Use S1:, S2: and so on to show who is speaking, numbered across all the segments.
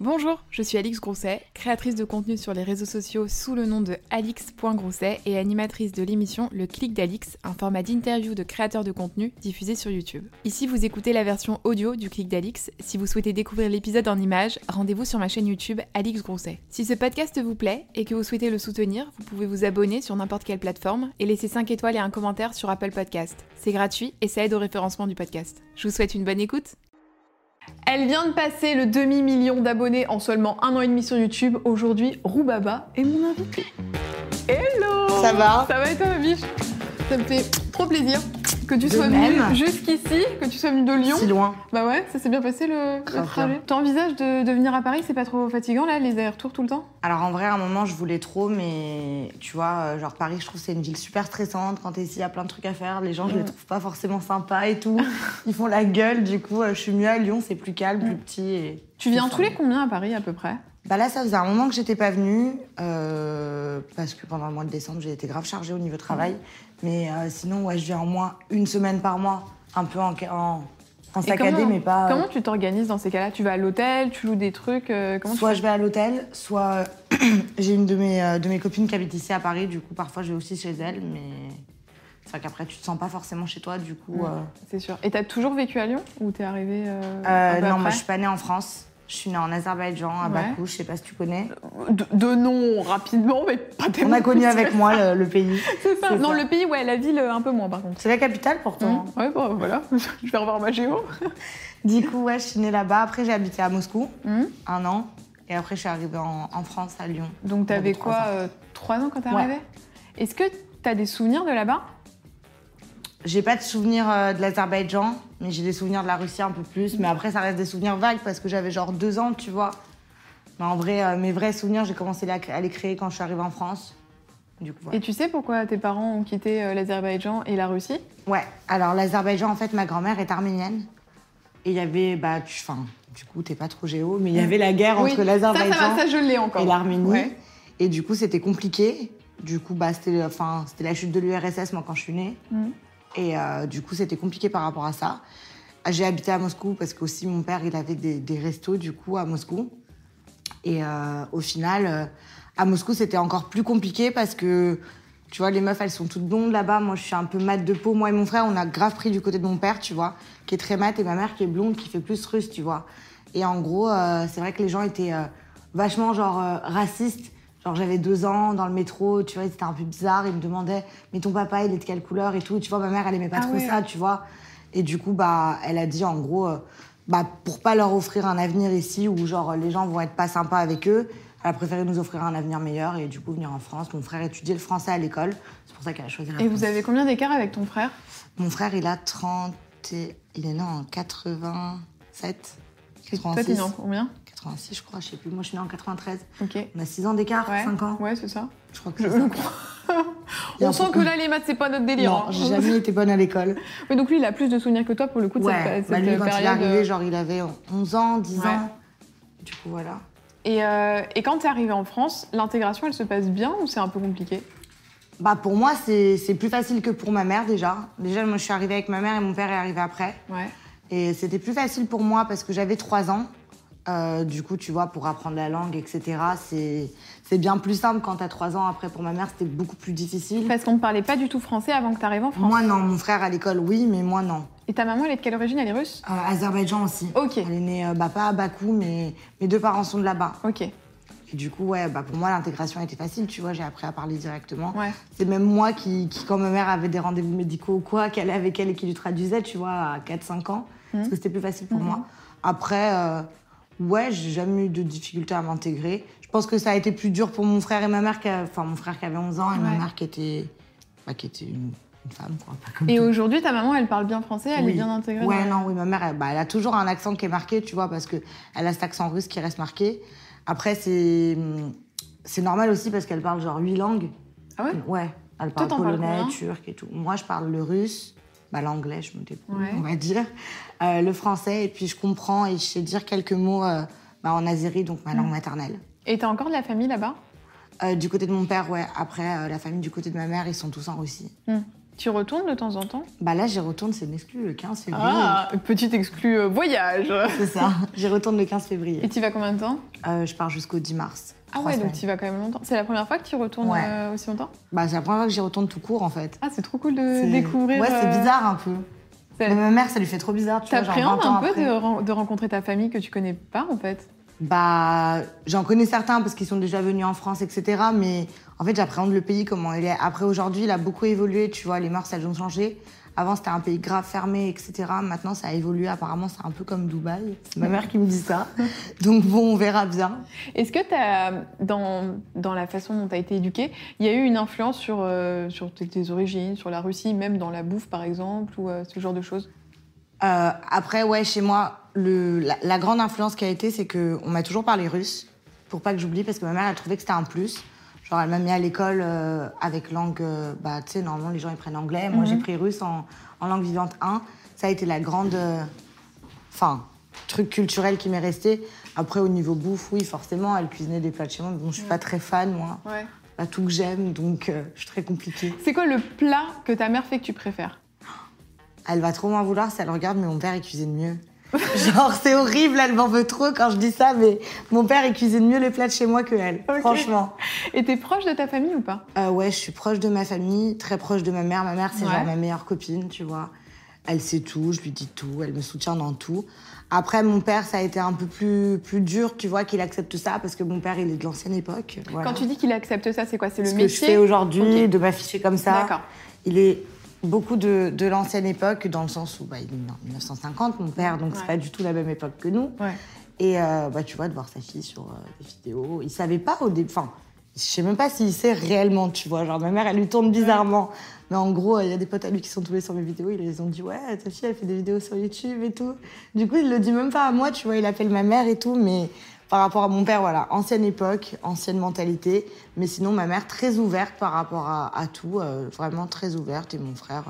S1: Bonjour, je suis Alix Grousset, créatrice de contenu sur les réseaux sociaux sous le nom de alix.grousset et animatrice de l'émission Le Clic d'Alix, un format d'interview de créateurs de contenu diffusé sur YouTube. Ici, vous écoutez la version audio du Clic d'Alix. Si vous souhaitez découvrir l'épisode en images, rendez-vous sur ma chaîne YouTube Alix Grousset. Si ce podcast vous plaît et que vous souhaitez le soutenir, vous pouvez vous abonner sur n'importe quelle plateforme et laisser 5 étoiles et un commentaire sur Apple Podcast. C'est gratuit et ça aide au référencement du podcast. Je vous souhaite une bonne écoute. Elle vient de passer le demi-million d'abonnés en seulement un an et demi sur YouTube. Aujourd'hui, Roubaba est mon invitée. Hello
S2: Ça va
S1: Ça va et toi, ma biche Ça me fait trop plaisir que tu
S2: De
S1: sois venue
S2: même.
S1: jusqu'ici, que tu sois venue de Lyon.
S2: Si loin.
S1: Bah ouais, ça s'est bien passé le, le
S2: Grave
S1: trajet.
S2: bien.
S1: T'envisages de, de venir à Paris C'est pas trop fatigant, là, les allers-retours tout le temps
S2: Alors en vrai, à un moment, je voulais trop, mais tu vois, euh, genre Paris, je trouve que c'est une ville super stressante. Quand t'es ici, il y a plein de trucs à faire. Les gens, je les
S1: Mm.
S2: trouve pas forcément sympas et tout. Ils font la gueule, du coup, euh, je suis mieux à Lyon, c'est plus calme, plus petit. Et...
S1: Tu viens
S2: c'est
S1: tous les
S2: fun.
S1: combien à Paris, à peu près
S2: Bah là, ça faisait un moment que j'étais pas venue, euh, parce que pendant le mois de décembre, j'ai été grave chargée au niveau travail. Mais euh, sinon, ouais, je viens au moins une semaine par mois, un peu en, en, en
S1: Et
S2: saccadé,
S1: comment-
S2: mais pas. euh,
S1: Comment tu t'organises dans ces cas-là Tu vas à l'hôtel, tu loues des trucs euh, comment tu
S2: Soit
S1: fais
S2: je vais à l'hôtel, soit euh, j'ai une de mes, euh, de mes copines qui habite ici à Paris, du coup parfois je vais aussi chez elle, mais c'est vrai qu'après tu te sens pas forcément chez toi, du coup.
S1: Ouais.
S2: euh,
S1: C'est sûr. Et t'as toujours vécu à Lyon Ou t'es arrivée euh,
S2: euh,
S1: un peu
S2: non, moi
S1: après
S2: je suis pas née en France, je suis née en Azerbaïdjan, à
S1: Ouais.
S2: Bakou, je sais pas si tu connais.
S1: de, de noms rapidement, mais pas
S2: On
S1: tellement.
S2: a connu avec moi le, le pays.
S1: C'est ça.
S2: c'est
S1: Non,
S2: ça. Mmh.
S1: le pays, ouais, la ville, euh, un peu moins par contre.
S2: C'est la capitale pourtant.
S1: Hum, Ouais, bah, voilà, je vais revoir ma géo.
S2: Du coup, ouais, je suis née là-bas, après j'ai habité à Moscou
S1: Hum.
S2: un an, et après je suis arrivée en, en France, à Lyon.
S1: Donc, t'avais
S2: J'avais trois
S1: quoi,
S2: ans.
S1: euh, trois ans quand t'es
S2: Ouais.
S1: arrivée Est-ce que t'as des souvenirs de là-bas
S2: J'ai pas de souvenirs euh, de l'Azerbaïdjan, mais j'ai des souvenirs de la Russie un peu plus. Mais après, ça reste des souvenirs vagues parce que j'avais genre deux ans, tu vois. Mais en vrai, euh, mes vrais souvenirs, j'ai commencé à à les créer quand je suis arrivée en France. Du coup,
S1: Et
S2: voilà.
S1: tu sais pourquoi tes parents ont quitté euh, l'Azerbaïdjan et la Russie
S2: Ouais, alors l'Azerbaïdjan, en fait, ma grand-mère est arménienne. Et il y avait, bah, tu- enfin, du coup, t'es pas trop géo, mais il y avait la guerre
S1: Oui.
S2: entre
S1: Ça, ça, va,
S2: l'Azerbaïdjan
S1: ça, je l'ai encore.
S2: et l'Arménie.
S1: Ouais.
S2: Et du coup, c'était compliqué. Du coup, bah, c'était enfin, c'était la chute de l'URSS, moi, quand je suis née.
S1: Mhm.
S2: Et euh, du coup, c'était compliqué par rapport à ça. J'ai habité à Moscou parce qu'aussi, mon père, il avait des, des restos, du coup, à Moscou. Et euh, au final, euh, à Moscou, c'était encore plus compliqué parce que, tu vois, les meufs, elles sont toutes blondes là-bas. Moi, je suis un peu mate de peau. Moi et mon frère, on a grave pris du côté de mon père, tu vois, qui est très mate, et ma mère qui est blonde, qui fait plus russe, tu vois. Et en gros, euh, c'est vrai que les gens étaient euh, vachement, genre, euh, racistes. Genre, j'avais deux ans dans le métro, tu vois, c'était un peu bizarre. Ils me demandaient, mais ton papa, il est de quelle couleur et tout. Tu vois, ma mère, elle aimait pas
S1: Ah
S2: trop
S1: ouais.
S2: ça, tu vois. Et du coup, bah, elle a dit en gros, euh, bah, pour pas leur offrir un avenir ici où genre les gens vont être pas sympas avec eux, elle a préféré nous offrir un avenir meilleur et du coup venir en France. Mon frère étudiait le français à l'école, c'est pour ça qu'elle a choisi la
S1: Et
S2: France.
S1: vous avez combien d'écart avec ton frère
S2: Mon frère, il a 30. et- Il est né en 87.
S1: Toi, t'es
S2: 86.
S1: né en combien
S2: 86, je crois, je sais plus. Moi, je suis née en 93.
S1: Ok.
S2: On a 6 ans d'écart,
S1: Ouais.
S2: 5 ans.
S1: Ouais, c'est ça.
S2: Je crois que
S1: Je
S2: c'est
S1: le
S2: ça.
S1: crois.
S2: Il y a
S1: On
S2: un
S1: sent que
S2: peu-
S1: là, les maths, c'est pas notre délire.
S2: Non,
S1: hein.
S2: j'ai jamais été bonne à l'école.
S1: Oui, donc lui, il a plus de souvenirs que toi pour le coup de
S2: Ouais,
S1: cette,
S2: bah,
S1: cette
S2: lui, quand il est
S1: période. euh,
S2: arrivé, genre, il avait 11 ans, 10
S1: Ouais.
S2: ans. Du coup, voilà.
S1: Et, euh, et quand t'es arrivé en France, l'intégration, elle se passe bien ou c'est un peu compliqué
S2: Bah pour moi c'est c'est plus facile que pour ma mère déjà. Déjà moi je suis arrivée avec ma mère et mon père est arrivé après.
S1: Ouais.
S2: Et c'était plus facile pour moi parce que j'avais 3 ans. Euh, du coup tu vois pour apprendre la langue etc. C'est c'est bien plus simple quand t'as 3 ans. Après pour ma mère c'était beaucoup plus difficile.
S1: Parce qu'on ne parlait pas du tout français avant que t'arrives en France.
S2: Moi non, mon frère à l'école oui mais moi non.
S1: Et ta maman, elle est de quelle origine Elle est russe
S2: Euh, Azerbaïdjan aussi.
S1: Ok,
S2: Elle est née euh, bah, pas à Bakou mais mes deux parents sont de là-bas.
S1: ok,
S2: Et du coup ouais bah pour moi l'intégration était facile tu vois j'ai appris à parler directement.
S1: ouais.
S2: C'est même moi qui, qui, quand ma mère avait des rendez-vous médicaux ou quoi, qu'elle allait avec elle et qui lui traduisait, tu vois, à 4-5 ans. Parce que c'était plus facile pour
S1: Mhm.
S2: moi. Après, euh, ouais, j'ai jamais eu de difficulté à m'intégrer. Je pense que ça a été plus dur pour mon frère et ma mère, qui a- enfin mon frère qui avait 11 ans et
S1: Ouais.
S2: ma mère qui était, bah, qui était une, une femme, quoi. pas comme
S1: Et
S2: tout.
S1: aujourd'hui, ta maman, elle parle bien français, elle est
S2: Oui.
S1: bien intégrée
S2: Ouais,
S1: dans-
S2: non, oui, ma mère, elle, bah, elle a toujours un accent qui est marqué, tu vois, parce que elle a cet accent russe qui reste marqué. Après, c'est hum, c'est normal aussi parce qu'elle parle genre huit langues.
S1: Ah ouais
S2: Ouais, elle
S1: Toi,
S2: parle
S1: t'en parles
S2: polonais,
S1: combien
S2: turc et tout. Moi, je parle le russe, bah, l'anglais, je me débrouille,
S1: Ouais.
S2: on va dire, euh, le français, et puis je comprends et je sais dire quelques mots euh, bah, en azéri, donc ma
S1: Mm.
S2: langue maternelle.
S1: Et t'as encore de la famille là-bas
S2: Euh, du côté de mon père, ouais. Après, euh, la famille du côté de ma mère, ils sont tous en Russie.
S1: Hmm.
S3: Tu retournes de temps en temps
S2: Bah là, j'y retourne, c'est une exclue, le 15 février.
S3: Ah, petit exclu euh, voyage.
S2: C'est ça, j'y retourne le 15 février.
S3: Et tu vas combien de temps
S2: Euh, je pars jusqu'au 10 mars.
S3: Ah
S2: Trois
S3: ouais, donc
S2: semaines.
S3: tu vas quand même longtemps. C'est la première fois que tu retournes
S2: Ouais.
S3: euh, aussi longtemps
S2: Bah, c'est la première fois que j'y retourne tout court en fait.
S3: Ah, c'est trop cool de
S2: C'est-
S3: découvrir.
S2: Ouais, c'est
S3: euh,
S2: bizarre un peu.
S3: c'est-
S2: Mais ma mère, ça lui fait trop bizarre. Tu vois, genre 20
S3: T'appréhendes
S2: ans
S3: un peu
S2: après.
S3: de, ren- de rencontrer ta famille que tu connais pas en fait
S2: Bah, j'en connais certains parce qu'ils sont déjà venus en France, etc. Mais en fait, j'appréhende le pays comment il est. Après, aujourd'hui, il a beaucoup évolué, tu vois, les mœurs, elles ont changé. Avant, c'était un pays grave fermé, etc. Maintenant, ça a évolué. Apparemment, c'est un peu comme Dubaï. C'est ma mère qui me dit ça. Donc, bon, on verra bien.
S3: Est-ce que t'as, dans, dans la façon dont tu as été éduquée, il y a eu une influence sur, euh, sur tes, tes origines, sur la Russie, même dans la bouffe par exemple, ou euh, ce genre de choses
S2: Euh, après, ouais, chez moi, le, la, la grande influence qui a été, c'est qu'on m'a toujours parlé russe, pour pas que j'oublie, parce que ma mère, elle trouvait que c'était un plus. Genre, elle m'a mis à l'école euh, avec langue, euh, bah, tu sais, normalement, les gens, ils prennent anglais. Moi, j'ai pris russe en, en langue vivante 1. Ça a été la grande, euh, enfin, truc culturel qui m'est resté. Après, au niveau bouffe, oui, forcément, elle cuisinait des plats de chez moi. mais Bon, je suis pas très fan, moi.
S3: Ouais.
S2: Pas tout que j'aime, donc euh, je suis très compliquée.
S3: C'est quoi le plat que ta mère fait que tu préfères
S2: Elle va trop m'en vouloir si elle regarde, mais mon père, il cuisine mieux. Genre, c'est horrible, elle m'en veut trop quand je dis ça, mais mon père, il cuisine mieux les plats de chez moi que elle,
S3: Ok.
S2: franchement.
S3: Et t'es proche de ta famille ou pas
S2: Euh, ouais, je suis proche de ma famille, très proche de ma mère. Ma mère, c'est
S3: Ouais.
S2: genre ma meilleure copine, tu vois. Elle sait tout, je lui dis tout, elle me soutient dans tout. Après, mon père, ça a été un peu plus, plus dur, tu vois, qu'il accepte ça, parce que mon père, il est de l'ancienne époque. voilà.
S3: Quand tu dis qu'il accepte ça, c'est quoi C'est le
S2: ce que je
S3: métier
S2: fais aujourd'hui,
S3: Ok.
S2: de m'afficher comme ça.
S3: D'accord.
S2: Il est beaucoup de, de l'ancienne époque, dans le sens où bah, il est en 1950, mon père, donc
S3: Ouais.
S2: c'est pas du tout la même époque que nous.
S3: Ouais.
S2: Et euh, bah, tu vois, de voir sa fille sur euh, des vidéos. Il savait pas au début. Enfin, je sais même pas s'il sait réellement, tu vois. Genre, ma mère, elle lui tourne bizarrement. Mais en gros, il y a des potes à lui qui sont tombés sur mes vidéos. Ils les ont dit, ouais, ta fille, elle fait des vidéos sur YouTube et tout. Du coup, il le dit même pas à moi, tu vois. Il appelle ma mère et tout. Mais par rapport à mon père, voilà, ancienne époque, ancienne mentalité. Mais sinon, ma mère, très ouverte par rapport à, à tout. euh, vraiment très ouverte. Et mon frère,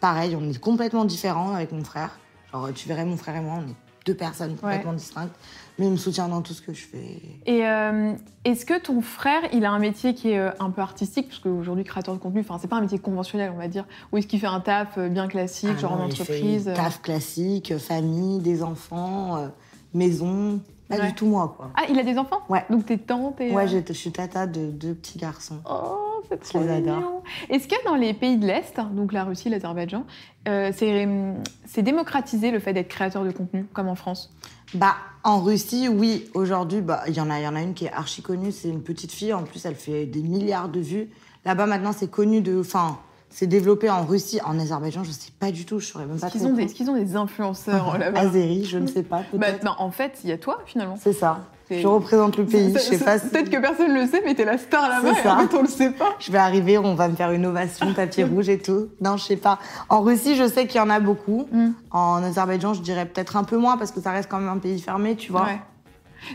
S2: pareil, on est complètement différents avec mon frère. Genre, tu verrais, mon frère et moi, on est deux personnes complètement distinctes. Mais il me soutient dans tout ce que je fais.
S3: Et euh, est-ce que ton frère, il a un métier qui est euh, un peu artistique Parce qu'aujourd'hui, créateur de contenu, enfin, c'est pas un métier conventionnel, on va dire. Ou est-ce qu'il fait un taf euh, bien classique,
S2: Ah
S3: genre en
S2: non, il
S3: entreprise
S2: fait
S3: euh,
S2: Taf classique, famille, des enfants, euh, maison. Pas
S3: Ouais.
S2: du tout moi, quoi.
S3: Ah, il a des enfants
S2: Ouais.
S3: Donc t'es tante et...
S2: Ouais,
S3: euh,
S2: je, je suis tata de deux petits garçons.
S3: Oh, c'est trop
S2: les adore.
S3: mignon. Est-ce que dans les pays de l'Est, donc la Russie, l'Azerbaïdjan, euh, c'est hum, c'est démocratisé le fait d'être créateur de contenu, comme en France
S2: Bah, en Russie, oui. Aujourd'hui, bah, il y en a, il y en a une qui est archi connue. C'est une petite fille. En plus, elle fait des milliards de vues. Là-bas, maintenant, c'est connu de. Enfin, c'est développé en Russie. En Azerbaïdjan, je sais pas du tout. Je saurais même pas.
S3: Est-ce qu'ils ont,
S2: te
S3: des- est-ce qu'ils ont des influenceurs là-bas
S2: Azéri, je ne sais pas. Peut-être.
S3: Bah, non, en fait, il y a toi finalement.
S2: C'est ça.
S3: C'est-
S2: Je représente le pays. Je
S3: C'est-
S2: sais
S3: c'est-
S2: pas si-
S3: Peut-être que personne le sait, mais t'es la star là-bas.
S2: C'est
S3: et En
S2: ça.
S3: fait, on le sait pas.
S2: Je vais arriver, on va me faire une ovation, papier rouge et tout. Non, je sais pas. En Russie, je sais qu'il y en a beaucoup.
S3: Mm.
S2: En Azerbaïdjan, je dirais peut-être un peu moins parce que ça reste quand même un pays fermé, tu vois.
S3: Ouais.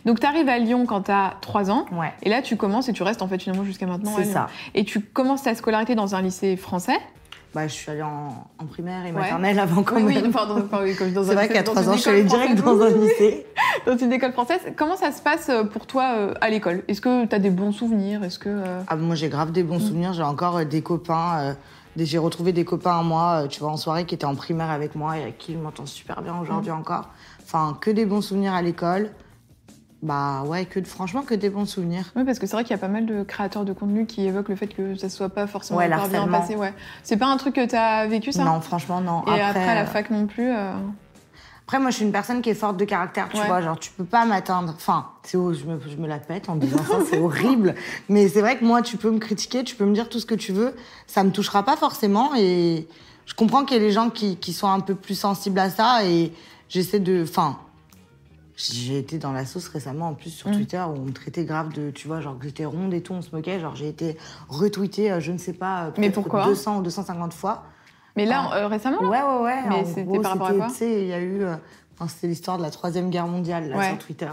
S3: Donc t'arrives à Lyon quand t'as 3 ans.
S2: Ouais.
S3: Et là, tu commences et tu restes en fait finalement jusqu'à maintenant. à
S2: C'est
S3: Lyon.
S2: ça.
S3: Et tu commences ta scolarité dans un lycée français.
S2: Bah, je suis allée en, en primaire et
S3: Ouais.
S2: maternelle avant quand même.
S3: enfin, dans- enfin, oui, comme dans un
S2: C'est vrai
S3: lycée-
S2: qu'à
S3: dans
S2: 3
S3: une
S2: ans, je suis allée
S3: école
S2: direct
S3: française.
S2: dans un lycée.
S3: Dans une école française, comment ça se passe euh, pour toi euh, à l'école Est-ce que tu as des bons souvenirs Est-ce que euh,
S2: Ah, moi, j'ai grave des bons souvenirs. J'ai encore euh, des copains. euh, des- j'ai retrouvé des copains à moi, euh, tu vois, en soirée, qui étaient en primaire avec moi et à qui je m'entends super bien aujourd'hui
S3: Mm.
S2: encore. Enfin, que des bons souvenirs à l'école. Bah ouais, que de- franchement, que des bons souvenirs.
S3: Oui, parce que c'est vrai qu'il y a pas mal de créateurs de contenu qui évoquent le fait que ça soit pas forcément
S2: Ouais,
S3: hyper bien
S2: l'harcèlement.
S3: passé. Ouais. C'est pas un truc que tu as vécu ça
S2: Non, franchement, non.
S3: Et après, à
S2: euh,
S3: la fac non plus. euh,
S2: Après, moi, je suis une personne qui est forte de caractère, tu
S3: Ouais.
S2: vois. Genre, tu peux pas m'atteindre. Enfin, c'est où je me, je me la pète en disant ça, c'est horrible. Mais c'est vrai que moi, tu peux me critiquer, tu peux me dire tout ce que tu veux. Ça me touchera pas forcément. Et je comprends qu'il y ait les gens qui, qui sont un peu plus sensibles à ça. Et j'essaie de. Enfin. J'ai été dans la sauce récemment, en plus,
S3: Mm.
S2: sur Twitter, où on me traitait grave de, tu vois, genre que j'étais ronde et tout, on se moquait. Genre, j'ai été retweetée, euh, je ne sais pas, euh,
S3: Mais
S2: peut-être
S3: pourquoi
S2: 200 ou 250 fois.
S3: Mais là, euh, récemment, là
S2: Ouais, ouais, ouais.
S3: Mais
S2: En
S3: c'était
S2: gros,
S3: par rapport à
S2: c'était,
S3: quoi
S2: Tu sais, il y a eu. euh, enfin, c'était l'histoire de la Troisième Guerre mondiale là,
S3: Ouais.
S2: sur Twitter.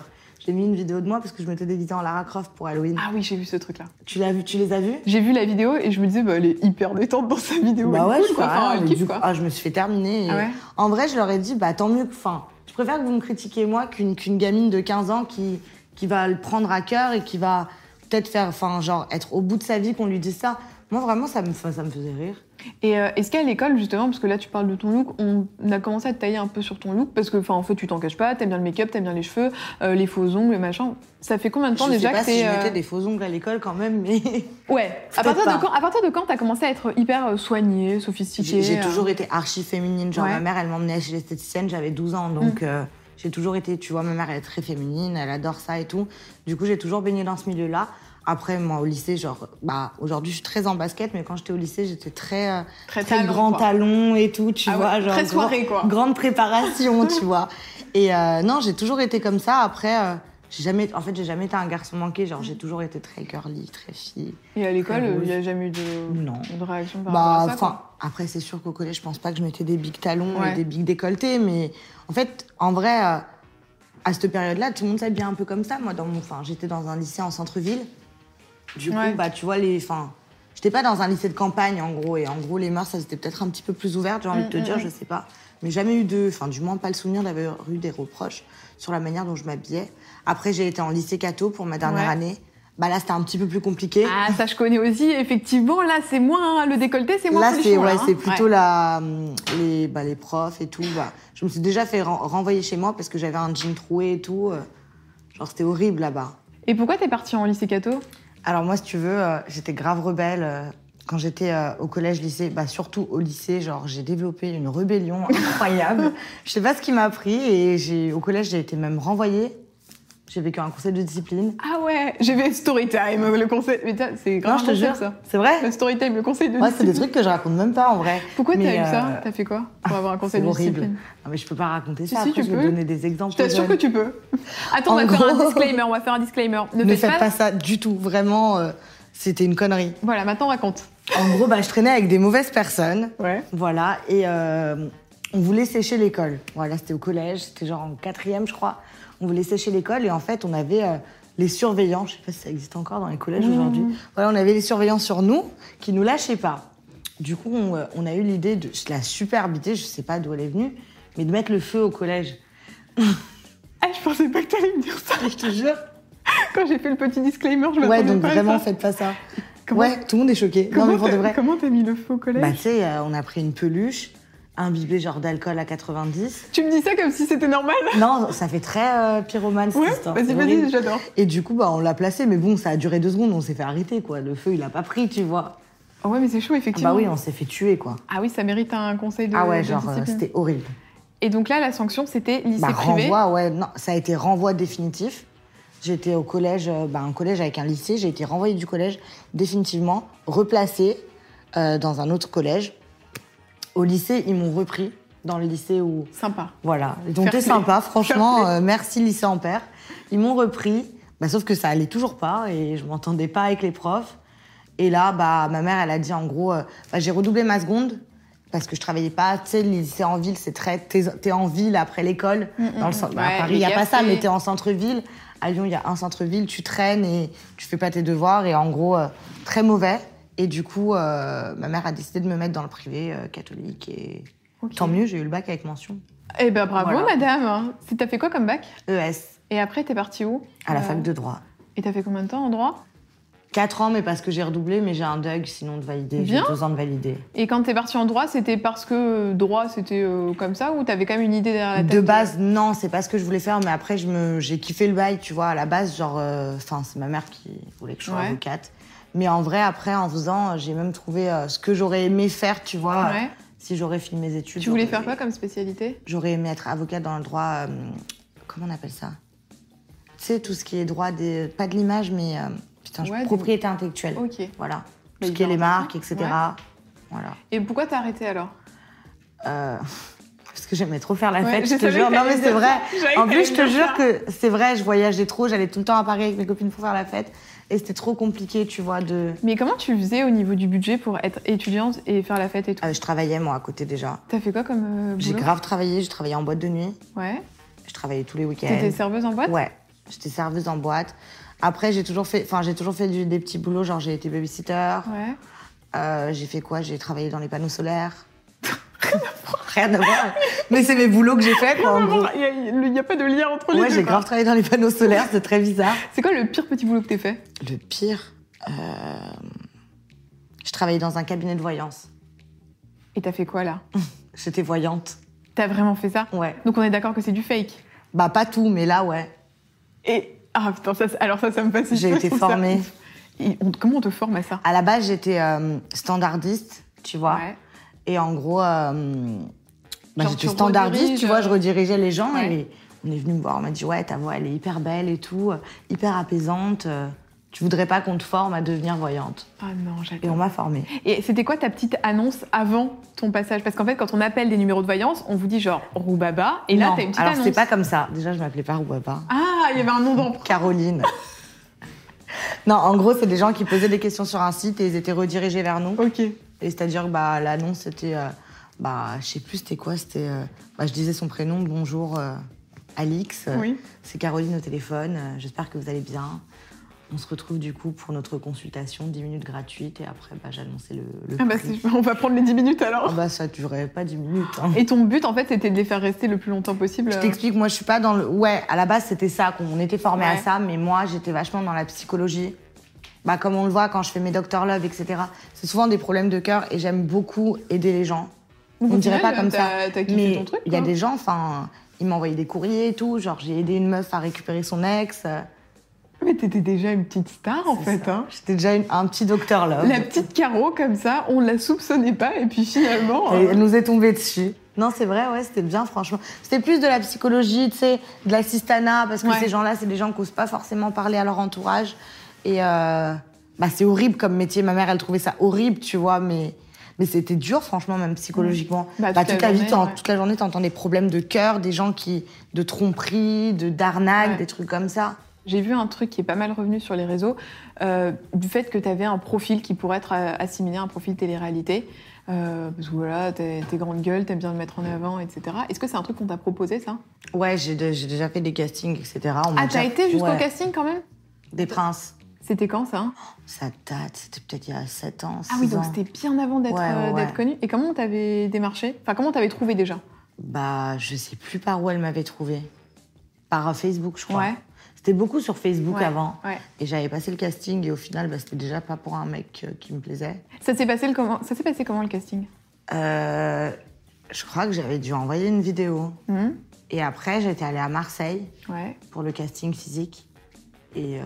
S2: J'ai mis une vidéo de moi parce que je m'étais déguisée en Lara Croft pour Halloween.
S3: Ah oui, j'ai vu ce truc-là.
S2: Tu l'as vu Tu les as vus
S3: J'ai vu la vidéo et je me disais, bah, elle est hyper détente dans sa vidéo.
S2: Bah
S3: elle
S2: ouais,
S3: cool,
S2: je
S3: quoi.
S2: crois.
S3: Enfin, elle
S2: mais
S3: kiffe,
S2: du
S3: quoi.
S2: coup- ah, je me suis fait terminer. et-
S3: Ah ouais
S2: En vrai, je leur ai dit, bah tant mieux que. Enfin, je préfère que vous me critiquiez moi qu'une qu'une gamine de 15 ans qui, qui va le prendre à cœur et qui va peut-être faire. Enfin, genre, être au bout de sa vie qu'on lui dise ça. Moi, vraiment, ça me, enfin, ça me faisait rire.
S3: Et euh, est-ce qu'à l'école, justement, parce que là tu parles de ton look, on a commencé à te tailler un peu sur ton look parce que, enfin, en fait, tu t'en caches pas, t'aimes bien le make-up, t'aimes bien les cheveux, euh, les faux ongles, machin. Ça fait combien de temps
S2: je
S3: déjà
S2: sais pas
S3: que
S2: si
S3: t'es.
S2: je
S3: euh,
S2: mettais des faux ongles à l'école quand même, mais
S3: Ouais. À
S2: Peut-être
S3: partir, de
S2: pas.
S3: quand, à partir de quand t'as commencé à être hyper euh, soignée,
S2: j'ai
S3: sophistiquée
S2: j'ai
S3: euh,
S2: toujours été archi féminine. Genre,
S3: Ouais. Mm.
S2: ma mère, elle m'emmenait chez l'esthéticienne, j'avais 12 ans, donc euh, j'ai toujours été, tu vois, ma mère, elle est très féminine, elle adore ça et tout. Du coup, j'ai toujours baigné dans ce milieu-là. Après, moi, au lycée, genre, bah, aujourd'hui, je suis très en basket, mais quand j'étais au lycée, j'étais très, euh,
S3: Très
S2: très
S3: talent,
S2: grand
S3: quoi.
S2: talon et tout, tu
S3: Ah ouais,
S2: vois. genre,
S3: très
S2: grand-
S3: soirée, quoi.
S2: Grande préparation, tu vois. Et euh, non, j'ai toujours été comme ça. Après, euh, j'ai jamais, en fait, j'ai jamais été un garçon manqué. Genre,
S3: Mm.
S2: j'ai toujours été très girly, très fille.
S3: Et à l'école,
S2: Très
S3: il
S2: rose.
S3: n'y a jamais eu de,
S2: Non.
S3: de réaction par
S2: Bah,
S3: rapport à ça.
S2: enfin,
S3: quoi.
S2: après, c'est sûr qu'au collège, je pense pas que je mettais des bigs talons
S3: Ouais.
S2: et des bigs décolletés, mais en fait, en vrai, euh, à cette période-là, tout le monde s'habillait un peu comme ça. Moi, dans mon, enfin, j'étais dans un lycée en centre-ville. Du coup,
S3: Ouais.
S2: bah, tu vois, les, enfin, j'étais pas dans un lycée de campagne, en gros, et en gros, les mœurs, ça c'était peut-être un petit peu plus ouvert, j'ai envie
S3: Mm,
S2: de te dire, je sais pas. Mais jamais eu de, enfin, du moins, pas le souvenir d'avoir eu des reproches sur la manière dont je m'habillais. Après, j'ai été en lycée catho pour ma dernière
S3: Ouais.
S2: année. Bah là, c'était un petit peu plus compliqué.
S3: Ah, ça je connais aussi, effectivement, là c'est moins hein, le décolleté, c'est moins
S2: Là,
S3: folichon,
S2: c'est ouais,
S3: hein.
S2: c'est plutôt
S3: Ouais.
S2: la, hum, les, bah, les profs et tout. bah, je me suis déjà fait ren- renvoyer chez moi parce que j'avais un jean troué et tout. euh, genre, c'était horrible là-bas.
S3: Et pourquoi t'es partie en lycée Cato
S2: Alors, moi, si tu veux, euh, j'étais grave rebelle. euh, quand j'étais euh, au collège, lycée, bah, surtout au lycée, genre, j'ai développé une rébellion incroyable. je sais pas ce qui m'a pris. Et j'ai- au collège, j'ai été même renvoyée. J'ai vécu un conseil de discipline.
S3: Ah ouais, j'ai fait story time, le conseil. Mais t'as- c'est grave
S2: Non, je te
S3: un concept,
S2: jure.
S3: ça.
S2: C'est vrai?
S3: Le story time, le conseil de
S2: Moi, c'est des
S3: discipline.
S2: trucs que je raconte même pas en vrai.
S3: Pourquoi
S2: Mais,
S3: t'as eu
S2: euh,
S3: ça T'as fait quoi pour avoir un conseil
S2: C'est
S3: de
S2: horrible.
S3: discipline
S2: Ah, mais je peux pas raconter
S3: Si,
S2: ça.
S3: si,
S2: Après,
S3: tu
S2: je vais
S3: peux.
S2: donner des exemples.
S3: Je t'assure
S2: aux jeunes.
S3: que tu peux. Attends, on va
S2: En
S3: faire un
S2: gros-
S3: disclaimer, on va faire un disclaimer. Ne,
S2: Ne
S3: faites,
S2: faites pas ça du tout. Vraiment, euh, c'était une connerie.
S3: Voilà, maintenant raconte.
S2: En gros, bah, je traînais avec des mauvaises personnes.
S3: Ouais.
S2: Voilà. Et euh, on voulait sécher l'école. Voilà, c'était au collège. C'était genre en quatrième, je crois. On voulait sécher l'école. Et en fait, on avait euh, les surveillants. Je sais pas si ça existe encore dans les collèges aujourd'hui.
S3: Mmh.
S2: Voilà, on avait les surveillants sur nous qui nous lâchaient pas. Du coup, on, euh, on a eu l'idée de la superbe idée, je sais pas d'où elle est venue, mais de mettre le feu au collège.
S3: Ah, je pensais pas que t'allais me dire ça.
S2: Je te jure.
S3: Quand j'ai fait le petit disclaimer, je m'attendais
S2: Ouais, donc
S3: pas à
S2: vraiment,
S3: ça.
S2: faites pas ça.
S3: Comment-
S2: ouais, tout le monde est choqué.
S3: Comment
S2: non, mais pour de
S3: t'as-
S2: vrai.
S3: Comment t'as mis le faux collège
S2: Bah, tu sais, euh, on a pris une peluche, imbibé genre d'alcool à 90.
S3: Tu me dis ça comme si c'était normal
S2: non, ça fait très euh, pyromane cette
S3: Ouais,
S2: histoire.
S3: vas-y,
S2: C'est horrible.
S3: vas-y, j'adore.
S2: Et du coup, bah, on l'a placé, mais bon, ça a duré deux secondes, on s'est fait arrêter, quoi. Le feu, il a pas pris, tu vois.
S3: Ah ouais, mais c'est chaud,
S2: Ah
S3: effectivement.
S2: bah oui, on s'est fait tuer, quoi.
S3: Ah oui, ça mérite un conseil de
S2: Ah
S3: de
S2: ouais, genre, euh,
S3: discipline.
S2: c'était horrible.
S3: Et donc là, la sanction, c'était lycée
S2: Bah,
S3: privé.
S2: renvoi, ouais, non, ça a été renvoi définitif. J'étais au collège, euh, bah, un collège avec un lycée, j'ai été renvoyée du collège définitivement, replacée euh, dans un autre collège. Au lycée, ils m'ont repris dans le lycée où.
S3: Sympa.
S2: Voilà. Donc
S3: Fair
S2: t'es
S3: play.
S2: sympa,
S3: Fair
S2: franchement, euh, merci lycée Ampère. Ils m'ont repris, bah, sauf que ça allait toujours pas et je m'entendais pas avec les profs. Et là, bah, ma mère, elle a dit en gros, euh, bah, j'ai redoublé ma seconde parce que je travaillais pas. Tu sais, le lycée en ville, c'est très. T'es t'es en ville après l'école.
S3: Mm,
S2: dans le centre. bah,
S3: Mmh. ouais,
S2: à Paris,
S3: les
S2: il n'y a pas ça,
S3: cafés.
S2: mais t'es en centre-ville. À Lyon, il y a un centre-ville, tu traînes et tu fais pas tes devoirs. Et en gros, euh, très mauvais. Et du coup, euh, ma mère a décidé de me mettre dans le privé euh, catholique. Et
S3: Ok.
S2: tant mieux, j'ai eu le bac avec mention.
S3: Eh ben bravo,
S2: Voilà.
S3: madame. C'est- T'as fait quoi comme bac
S2: ES,
S3: Et après, t'es partie où
S2: E à la
S3: Euh,
S2: fac de droit.
S3: Et t'as fait combien de temps en droit
S2: 4 ans, mais parce que j'ai redoublé, mais j'ai un DUG, sinon de valider. J'ai
S3: Bien.
S2: 2 ans de valider.
S3: Et quand t'es partie en droit, c'était parce que euh, droit, c'était euh, comme ça ou t'avais quand même une idée derrière la tête
S2: De base, non, c'est pas ce que je voulais faire, mais après, je me, j'ai kiffé le bail, tu vois. À la base, genre, euh, enfin, c'est ma mère qui voulait que je sois
S3: Ouais.
S2: avocate. Mais en vrai, après, en faisant, euh, j'ai même trouvé euh, ce que j'aurais aimé faire, tu vois,
S3: Ouais.
S2: si j'aurais fini mes études.
S3: Tu voulais
S2: j'aurais-
S3: faire quoi comme spécialité
S2: J'aurais aimé être avocate dans le droit. euh, comment on appelle ça Tu sais, tout ce qui est droit des. Pas de l'image, mais. euh, putain, je-
S3: Ouais, des-
S2: propriété intellectuelle.
S3: Ok.
S2: Voilà.
S3: Mais
S2: Tout ce qui est les
S3: bien.
S2: marques, etc.
S3: Ouais.
S2: Voilà.
S3: Et pourquoi t'as arrêté alors
S2: Euh, parce que j'aimais trop faire la
S3: Ouais,
S2: fête,
S3: je
S2: je te
S3: savais
S2: jure.
S3: que
S2: Non, mais
S3: t'allais
S2: c'est
S3: dire
S2: vrai.
S3: ça. Je savais
S2: En
S3: que
S2: plus,
S3: t'allais
S2: je te
S3: dire
S2: jure
S3: ça.
S2: que c'est vrai, je voyageais trop, j'allais tout le temps à Paris avec mes copines pour faire la fête. Et c'était trop compliqué, tu vois, de.
S3: Mais comment tu faisais au niveau du budget pour être étudiante et faire la fête et tout
S2: Ah, je travaillais, moi, à côté déjà.
S3: T'as fait quoi comme euh,
S2: J'ai
S3: boulot
S2: grave travaillé, je travaillais en boîte de nuit,
S3: Ouais.
S2: je travaillais tous les week-ends.
S3: T'étais serveuse en boîte
S2: Ouais, j'étais serveuse en boîte. Après, j'ai toujours fait, enfin, j'ai toujours fait du- des petits boulots, genre j'ai été babysitter.
S3: Ouais.
S2: Euh, j'ai fait quoi J'ai travaillé dans les panneaux solaires. Rien à voir. Mais c'est mes boulots que j'ai fait, quoi, en gros.
S3: Il n'y a, pas de lien entre les
S2: Ouais,
S3: deux.
S2: j'ai
S3: quoi.
S2: grave travaillé dans les panneaux solaires, c'est très bizarre.
S3: C'est quoi le pire petit boulot que t'es fait
S2: Le pire, euh, je travaillais dans un cabinet de voyance.
S3: Et t'as fait quoi là
S2: J'étais voyante.
S3: T'as vraiment fait ça
S2: Ouais.
S3: Donc on est d'accord que c'est du fake.
S2: Bah, pas tout, mais là, ouais.
S3: Et ah putain, ça, alors ça, ça me fascine.
S2: J'ai été
S3: Je trouve ça
S2: formée.
S3: ouf. Et on- comment on te forme à ça
S2: À la base, j'étais euh, standardiste, tu vois.
S3: Ouais.
S2: Et en gros, euh, bah,
S3: Genre,
S2: j'étais
S3: tu
S2: standardiste,
S3: rediriges,
S2: tu vois, je
S3: euh,
S2: redirigeais les gens.
S3: ouais.
S2: Et les- on est venu me voir, on m'a dit Ouais, ta voix, elle est hyper belle et tout, euh, hyper apaisante. euh, Tu voudrais pas qu'on te forme à devenir voyante
S3: Ah non,
S2: Et on
S3: j'adore.
S2: m'a formée.
S3: Et c'était quoi ta petite annonce avant ton passage Parce qu'en fait, quand on appelle des numéros de voyance, on vous dit genre Roubaba, et là
S2: Non,
S3: t'as une petite
S2: alors
S3: annonce.
S2: c'est pas comme ça. Déjà, je m'appelais pas Roubaba.
S3: Ah, il y avait un nom d'emprunt.
S2: Caroline. non, en gros, c'est des gens qui posaient des questions sur un site et ils étaient redirigés vers nous.
S3: Ok.
S2: Et c'est-à-dire que bah, l'annonce, c'était. euh, bah, je sais plus, c'était quoi C'était. euh, bah, je disais son prénom, bonjour euh, Alix. euh,
S3: Oui.
S2: C'est Caroline au téléphone. euh, J'espère que vous allez bien. On se retrouve du coup pour notre consultation, 10 minutes gratuites. Et après, bah, j'annonçais le, le
S3: Ah bah,
S2: prix.
S3: c'est- on va prendre les 10 minutes
S2: Ah
S3: alors.
S2: bah, ça durait pas 10 minutes. hein.
S3: Et ton but, en fait, c'était de les faire rester le plus longtemps possible.
S2: Je
S3: euh,
S2: t'explique, moi je suis pas dans le. Ouais, à la base c'était ça, qu'on était formé à
S3: Ouais.
S2: ça, mais moi j'étais vachement dans la psychologie. Bah, comme on le voit quand je fais mes Doctor Love, etc. C'est souvent des problèmes de cœur et j'aime beaucoup aider les gens.
S3: donc,
S2: on
S3: au
S2: dirait
S3: final,
S2: pas comme ça,
S3: T'as t'as kiffé
S2: Mais
S3: ton truc
S2: il y a
S3: quoi.
S2: des gens, enfin, ils m'envoyaient des courriers et tout. Genre, j'ai aidé une meuf à récupérer son ex. euh,
S3: Mais t'étais déjà une petite star en
S2: c'est
S3: fait.
S2: ça.
S3: Hein.
S2: J'étais déjà une- un petit Docteur Love.
S3: La petite Caro comme ça, on la soupçonnait pas et puis finalement.
S2: Et
S3: euh,
S2: elle nous est tombée dessus. Non, c'est vrai, ouais, c'était bien, franchement. C'était plus de la psychologie, tu sais, de l'assistanat, parce que
S3: Ouais.
S2: ces gens-là, c'est des gens qui n'osent pas forcément parler à leur entourage. Et euh, bah, c'est horrible comme métier. Ma mère, elle trouvait ça horrible, tu vois, mais, mais c'était dur, franchement, même psychologiquement.
S3: Bah,
S2: Bah,
S3: toute
S2: toute,
S3: la
S2: la vie,
S3: journée,
S2: t'en-
S3: ouais.
S2: toute la journée, t'entends des problèmes de cœur, des gens qui. de tromperie, de d'arnaque,
S3: Ouais.
S2: des trucs comme ça.
S3: J'ai vu un truc qui est pas mal revenu sur les réseaux, euh, du fait que tu avais un profil qui pourrait être euh, assimilé à un profil télé-réalité. Euh, parce que voilà, t'es t'es grande gueule, t'aimes bien le mettre en avant, etc. Est-ce que c'est un truc qu'on t'a proposé, ça
S2: Ouais, j'ai de- j'ai déjà fait des castings, etc. On m'a
S3: Ah, t'as
S2: déjà-
S3: été jusqu'au
S2: ouais,
S3: casting quand même
S2: Des princes.
S3: C'était quand ça hein
S2: Ça date, c'était peut-être il y a 7 ans.
S3: Ah oui,
S2: 6
S3: donc
S2: ans.
S3: c'était bien avant d'être
S2: Ouais, ouais,
S3: euh, d'être
S2: ouais.
S3: connue. Et comment on t'avait démarché Enfin, comment on t'avait trouvé déjà
S2: Bah, je sais plus par où elle m'avait trouvée. Par euh, Facebook, je crois.
S3: Ouais.
S2: C'était beaucoup sur Facebook
S3: Ouais,
S2: avant.
S3: ouais.
S2: Et j'avais passé le casting et au final, bah, c'était déjà pas pour un mec euh, qui me plaisait.
S3: Ça s'est passé, le comment... ça s'est passé comment le casting
S2: Euh, je crois que j'avais dû envoyer une vidéo.
S3: Hum,
S2: Et après, j'étais allée à Marseille
S3: Ouais.
S2: pour le casting physique. Et euh,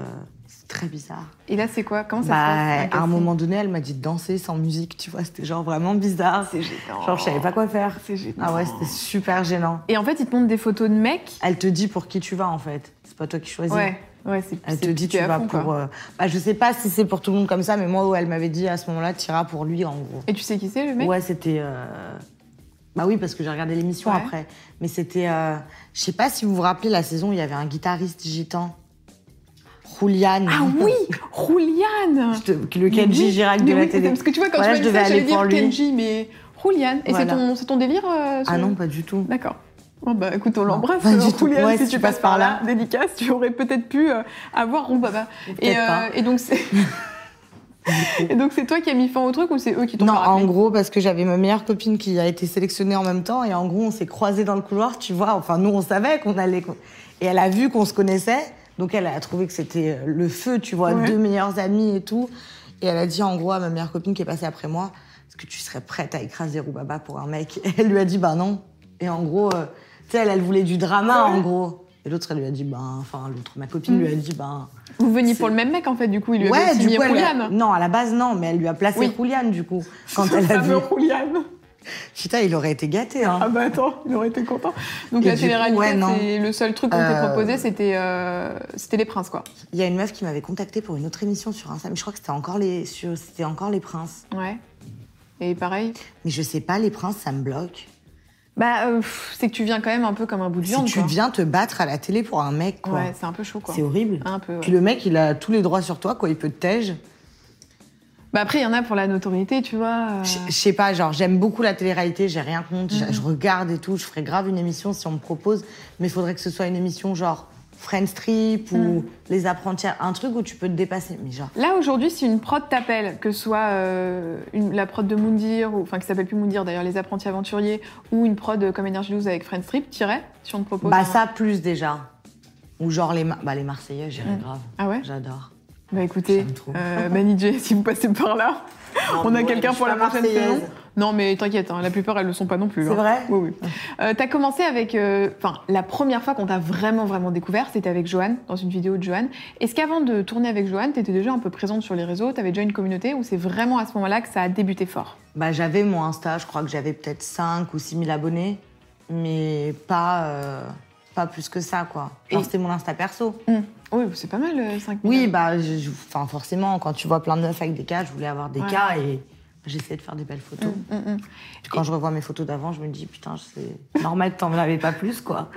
S2: c'est très bizarre.
S3: Et là, c'est quoi Comment ça
S2: Bah,
S3: se passe
S2: à un
S3: casting
S2: moment donné, elle m'a dit de danser sans musique, tu vois. C'était genre vraiment bizarre.
S3: C'est gênant.
S2: Genre, je savais pas quoi faire.
S3: C'est gênant.
S2: Ah ouais, c'était super gênant.
S3: Et en fait, ils te montrent des photos de mecs.
S2: Elle te dit pour qui tu vas en fait. C'est pas toi qui choisis.
S3: Ouais, ouais, c'est
S2: Elle
S3: c'est
S2: te dit
S3: piqué
S2: tu
S3: à
S2: vas
S3: fond,
S2: pour.
S3: quoi.
S2: euh, bah, je sais pas si c'est pour tout le monde comme ça, mais moi, ouais, elle m'avait dit à ce moment-là, t'iras pour lui en gros.
S3: Et tu sais qui c'est le mec
S2: euh, Ouais, c'était. euh, Bah oui, parce que j'ai regardé l'émission
S3: Ouais.
S2: après. Mais c'était. euh, Je sais pas si vous vous rappelez la saison où il y avait un guitariste gitan. Rouliane.
S3: Ah oui Rouliane
S2: Le
S3: Mais
S2: Kenji
S3: oui,
S2: Girac de
S3: mais
S2: la
S3: oui,
S2: télé.
S3: Parce que tu vois, quand
S2: Voilà,
S3: tu
S2: je
S3: m'as dit
S2: devais
S3: ça, j'allais
S2: aller pour lui.
S3: dire Kenji, mais Rouliane. Et
S2: Voilà.
S3: c'est ton, c'est ton délire euh,
S2: Ah
S3: son-
S2: non, pas du tout.
S3: D'accord. Bon bah écoute, on
S2: Non,
S3: l'embrasse,
S2: pas
S3: euh,
S2: du tout.
S3: Rouliane,
S2: Ouais,
S3: si, tu passes par là, dédicace, tu aurais peut-être pu euh, avoir Roubaba. Et, euh,
S2: peut-être pas.
S3: et donc c'est... et donc c'est toi qui as mis fin au truc ou c'est eux qui t'ont
S2: Non,
S3: pas rappelé
S2: en gros, parce que j'avais ma meilleure copine qui a été sélectionnée en même temps, et en gros, on s'est croisés dans le couloir, tu vois. Enfin, nous, on savait qu'on allait. qu'on- Et elle a vu qu'on se connaissait, donc elle a trouvé que c'était euh, le feu, tu vois,
S3: Ouais.
S2: deux meilleures amies et tout. Et elle a dit, en gros, à ma meilleure copine qui est passée après moi, est-ce que tu serais prête à écraser Roubaba pour un mec Et Elle lui a dit, bah non. Et en gros, euh, tu sais, elle, elle voulait du drama, en gros. Et l'autre, elle lui a dit, ben, enfin, l'autre, ma copine lui a dit, ben.
S3: Vous veniez
S2: c'est-
S3: pour le même mec en fait, du coup, Mm. il lui avait
S2: ouais,
S3: aussi
S2: du
S3: mis
S2: coup, elle lui a-
S3: Rouliane.
S2: non, à la base, non, mais elle lui a placé
S3: Oui.
S2: Rouliane, du coup. Quand elle a vu.
S3: Fameux Rouliane.
S2: Putain, il aurait été gâté, hein.
S3: Ah bah attends, il aurait été content. Donc
S2: Et
S3: la
S2: du coup,
S3: télé-réalité,
S2: ouais, non.
S3: c'est le seul truc qu'on t'a
S2: Euh,
S3: proposé, c'était euh, c'était les princes quoi.
S2: Il y a une meuf qui m'avait contactée pour une autre émission sur Insta, mais je crois que c'était encore les, sur- c'était encore les princes.
S3: Ouais. Et pareil.
S2: Mais je sais pas, les princes, ça me bloque.
S3: Bah euh, pff, c'est que tu viens quand même un peu comme un bout de viande
S2: si tu
S3: quoi.
S2: viens te battre à la télé pour un mec, quoi.
S3: Ouais, c'est un peu chaud quoi.
S2: c'est horrible.
S3: Un peu. ouais.
S2: Puis le mec, il a tous les droits sur toi, quoi. Il peut te tège.
S3: Bah après il y en a pour la notoriété, tu vois. euh,
S2: Je je sais pas, genre, j'aime beaucoup la télé-réalité, j'ai rien contre,
S3: Mhm.
S2: je- je regarde et tout. Je ferais grave une émission si on me propose, mais il faudrait que ce soit une émission genre Friends Trip ou
S3: Mhm.
S2: Les Apprentis, un truc où tu peux te dépasser. Mais genre,
S3: Là aujourd'hui, si une prod t'appelle, que ce soit euh, une- la prod de Moundir, ou enfin qui s'appelle plus Moundir d'ailleurs, les apprentis aventuriers, ou une prod euh, comme Energy 12 avec Friends Trip, t'irais si on te propose.
S2: bah,
S3: un-
S2: ça plus déjà. Ou genre les, Mar- bah, les Marseillais, j'irais grave.
S3: Ah ouais.
S2: J'adore.
S3: Bah écoutez,
S2: J'aime trop.
S3: euh, Manijay, si vous passez par là.
S2: Ah,
S3: On a quelqu'un pour la prochaine saison Non, mais t'inquiète, hein, la plupart, elles le sont pas non plus.
S2: C'est
S3: hein.
S2: vrai
S3: Oui, oui. Euh, T'as commencé avec. euh, Enfin, la première fois qu'on t'a vraiment, vraiment découvert, c'était avec Joanne, dans une vidéo de Joanne. Est-ce qu'avant de tourner avec Joanne, t'étais déjà un peu présente sur les réseaux T'avais déjà une communauté ou c'est vraiment à ce moment-là que ça a débuté fort
S2: Bah, j'avais mon Insta, je crois que j'avais peut-être 5 ou 6 000 abonnés, mais pas, euh, pas plus que ça, quoi. Genre,
S3: Et-
S2: c'était mon Insta perso.
S3: Hum. Oui, c'est pas mal, euh, 5
S2: Mmh. Oui, bah, je- je- enfin, forcément, quand tu vois plein de meufs avec des cas, je voulais avoir des
S3: Ouais. Mm.
S2: cas et j'essayais de faire des belles photos.
S3: Mmh,
S2: Puis quand je revois mes photos d'avant, je me dis, putain, c'est normal que t'en avais pas plus, quoi.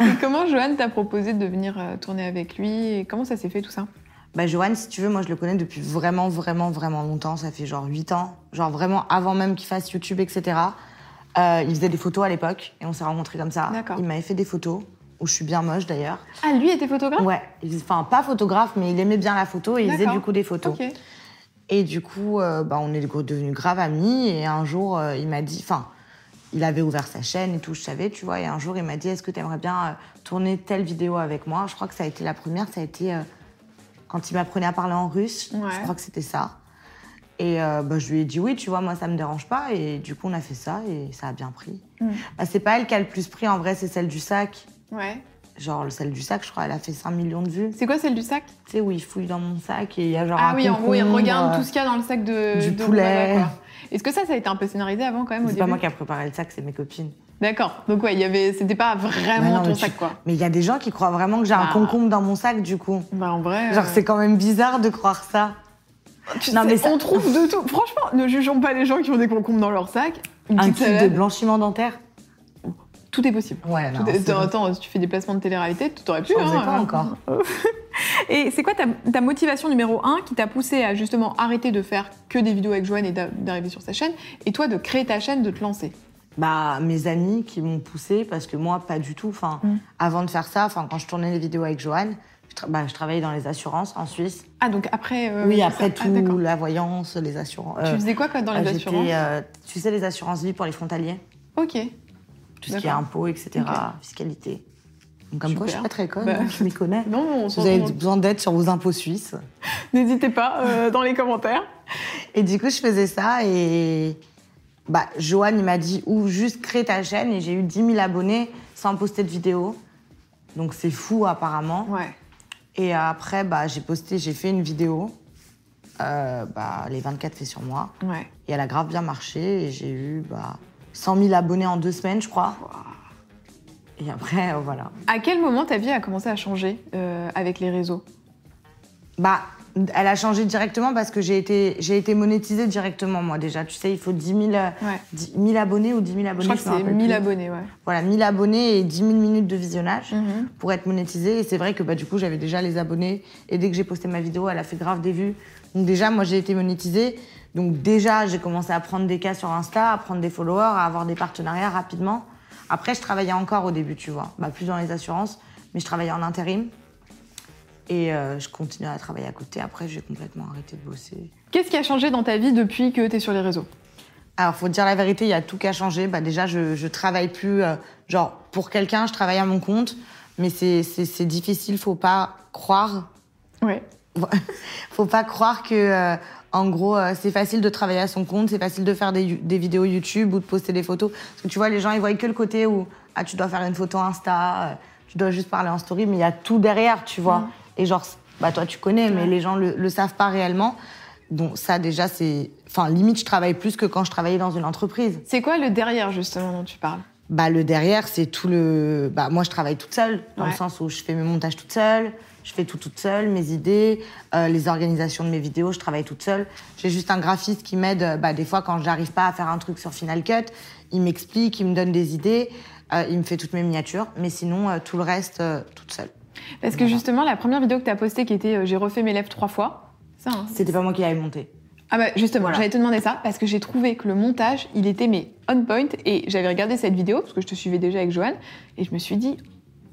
S3: Et comment Joanne t'a proposé de venir euh, tourner avec lui et Comment ça s'est fait tout ça
S2: Bah, Johan, si tu veux, moi, je le connais depuis vraiment, vraiment, vraiment longtemps. Ça fait genre 8 ans. Genre vraiment avant même qu'il fasse YouTube, etc. Euh, il faisait des photos à l'époque et on s'est rencontrés comme ça.
S3: D'accord.
S2: Il m'avait fait des photos où je suis bien moche d'ailleurs.
S3: Ah, lui était photographe
S2: Ouais, il- enfin pas photographe, mais il aimait bien la photo et il faisait
S3: D'accord.
S2: du coup des photos.
S3: Ok.
S2: Et du coup, euh, bah, on est devenus grave amis. Et un jour, euh, il m'a dit, enfin, il avait ouvert sa chaîne et tout, je savais, tu vois. Et un jour, il m'a dit, est-ce que tu aimerais bien euh, tourner telle vidéo avec moi Je crois que ça a été la première, ça a été euh, quand il m'apprenait à parler en russe.
S3: Ouais.
S2: Je crois que c'était ça. Et euh, bah, je lui ai dit oui, tu vois, moi ça me dérange pas. Et du coup, on a fait ça et ça a bien pris.
S3: Mm.
S2: Bah, c'est pas elle qui a le plus pris, en vrai, c'est celle du sac.
S3: Ouais.
S2: Genre, celle du sac, je crois, elle a fait 5 millions de vues.
S3: C'est quoi celle du sac
S2: Tu sais, où il fouille dans mon sac et il y a genre.
S3: Ah
S2: un
S3: oui, en gros, il
S2: concombre,
S3: regarde
S2: euh,
S3: tout ce qu'il y a dans le sac de.
S2: du
S3: de
S2: poulet.
S3: Rwanda, quoi. Est-ce que ça, ça a été un peu scénarisé avant quand même au
S2: C'est
S3: début
S2: pas moi qui a préparé le sac, c'est mes copines.
S3: D'accord. Donc ouais, il y avait, c'était pas
S2: Bah
S3: vraiment
S2: non,
S3: ton
S2: mais tu-
S3: sac quoi.
S2: Mais il y a des gens qui croient vraiment que j'ai un
S3: Bah.
S2: concombre dans mon sac, du coup.
S3: Bah en vrai.
S2: Genre,
S3: euh,
S2: c'est quand même bizarre de croire ça.
S3: tu
S2: non,
S3: sais,
S2: mais ça-
S3: on trouve de tout. Franchement, ne jugeons pas les gens qui ont des concombres dans leur sac. Une
S2: Un
S3: petite
S2: kit de
S3: salade,
S2: blanchiment dentaire
S3: Tout est possible.
S2: Ouais,
S3: Tout est- attends, attends, si tu fais des placements de télé-réalité, tu t'aurais pu.
S2: Je faisais
S3: hein,
S2: pas
S3: euh.
S2: encore.
S3: Et c'est quoi ta, ta motivation numéro 1 qui t'a poussé à justement arrêter de faire que des vidéos avec Joanne et d'a- d'arriver sur sa chaîne, et toi de créer ta chaîne, de te lancer
S2: Bah, mes amis qui m'ont poussée, parce que moi, pas du tout. Enfin,
S3: Mm.
S2: avant de faire ça, enfin, quand je tournais les vidéos avec Johan, je, tra- bah, je travaillais dans les assurances en Suisse.
S3: Ah donc après. euh,
S2: oui,
S3: ça- ah,
S2: après tout,
S3: d'accord.
S2: la voyance, les assurances.
S3: Tu
S2: euh,
S3: faisais quoi quoi dans les
S2: j'étais,
S3: assurances
S2: euh, tu sais, les assurances vie pour les frontaliers
S3: Ok.
S2: Tout ce qui est
S3: D'accord.
S2: impôts, etc.,
S3: Ok.
S2: fiscalité. Donc, comme quoi,
S3: Super.
S2: je suis pas très conne,
S3: Bah.
S2: hein, je m'y connais.
S3: Non, mais on
S2: Si
S3: s'en
S2: vous avez
S3: on-
S2: besoin d'aide sur vos impôts suisses.
S3: N'hésitez pas euh, dans les commentaires.
S2: Et du coup, je faisais ça et bah, Joanne, il m'a dit ou juste crée ta chaîne et j'ai eu 10 000 abonnés sans poster de vidéo. Donc c'est fou apparemment.
S3: Ouais.
S2: Et après, bah, j'ai posté, j'ai fait une vidéo, euh, bah, les 24 faits sur moi.
S3: Ouais.
S2: Et elle a grave bien marché et j'ai eu bah, 100 000 abonnés en deux semaines, je crois. Et après, euh, voilà.
S3: À quel moment ta vie a commencé à changer euh, avec les réseaux
S2: Bah, elle a changé directement parce que j'ai été, j'ai été monétisée directement, moi déjà. Tu sais, il faut 10 000, euh,
S3: Ouais.
S2: 10 000 abonnés ou 10 000
S3: Je
S2: abonnés.
S3: crois que
S2: me
S3: c'est
S2: rappelle
S3: 1000
S2: plus.
S3: abonnés, ouais.
S2: Voilà, 1000 abonnés et 10 000 minutes de visionnage
S3: Mhm.
S2: pour être monétisée. Et c'est vrai que bah, du coup, j'avais déjà les abonnés. Et dès que j'ai posté ma vidéo, elle a fait grave des vues. Donc déjà, moi, j'ai été monétisée. Donc déjà, j'ai commencé à prendre des cas sur Insta, à prendre des followers, à avoir des partenariats rapidement. Après, je travaillais encore au début, tu vois. Bah, plus dans les assurances, mais je travaillais en intérim. Et euh, je continuais à travailler à côté. Après, j'ai complètement arrêté de bosser.
S3: Qu'est-ce qui a changé dans ta vie depuis que tu es sur les réseaux
S2: Alors, faut dire la vérité, il y a tout qui a changé. Bah, déjà, je, je travaille plus, euh, genre, pour quelqu'un, je travaille à mon compte, mais c'est- c'est c'est difficile, faut pas croire.
S3: Ouais.
S2: Faut pas croire que, euh, en gros, euh, c'est facile de travailler à son compte, c'est facile de faire des, you- des vidéos YouTube ou de poster des photos. Parce que tu vois, les gens, ils voient que le côté où, ah, tu dois faire une photo Insta, euh, tu dois juste parler en story, mais il y a tout derrière, tu vois. Et genre, c'est- bah, toi, tu connais, mais les gens le, le savent pas réellement. Donc, ça, déjà, c'est. Enfin, limite, je travaille plus que quand je travaillais dans une entreprise.
S3: C'est quoi le derrière justement dont tu parles
S2: Bah, le derrière, c'est tout le. Bah, moi, je travaille toute seule, dans le
S3: Ouais.
S2: sens où je fais mes montages toute seule, je fais tout toute seule, mes idées, euh, les organisations de mes vidéos, je travaille toute seule. J'ai juste un graphiste qui m'aide. euh, Bah, des fois, quand j'arrive pas à faire un truc sur Final Cut, il m'explique, il me donne des idées, euh, il me fait toutes mes miniatures, mais sinon, euh, tout le reste, euh, toute seule.
S3: Parce que justement, la première vidéo que tu as postée qui était euh, J'ai refait mes lèvres trois fois, ça, hein.
S2: C'était pas moi qui l'avais monté.
S3: Ah bah justement,
S2: Voilà.
S3: j'allais te demander ça parce que j'ai trouvé que le montage, il était mais on point et j'avais regardé cette vidéo parce que je te suivais déjà avec Joanne et je me suis dit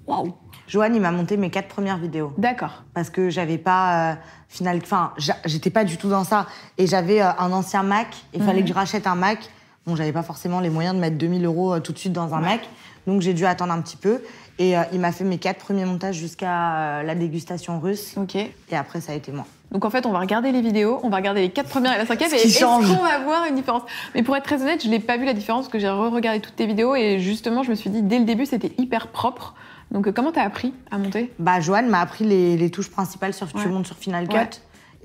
S3: waouh,
S2: Joanne, il m'a monté mes quatre premières vidéos.
S3: d'accord.
S2: parce que j'avais pas euh, final enfin j'a- j'étais pas du tout dans ça et j'avais euh, un ancien Mac il fallait que je rachète un Mac bon j'avais pas forcément les moyens de mettre 2000 euros euh, tout de suite dans un Mac donc j'ai dû attendre un petit peu et euh, il m'a fait mes quatre premiers montages jusqu'à euh, la dégustation russe
S3: OK.
S2: et après ça a été moi
S3: Donc en fait, on va regarder les vidéos, on va regarder les quatre premières et la cinquième,
S2: Ce
S3: et
S2: qui
S3: est-ce
S2: change.
S3: qu'on va voir une différence Mais pour être très honnête, je n'ai pas vu la différence parce que j'ai re-regardé toutes tes vidéos et justement, je me suis dit dès le début, c'était hyper propre. Donc euh, comment t'as appris à monter
S2: Bah, Joanne m'a appris les, les touches principales sur
S3: Ouais.
S2: Tu montes sur Final Cut.
S3: Ouais.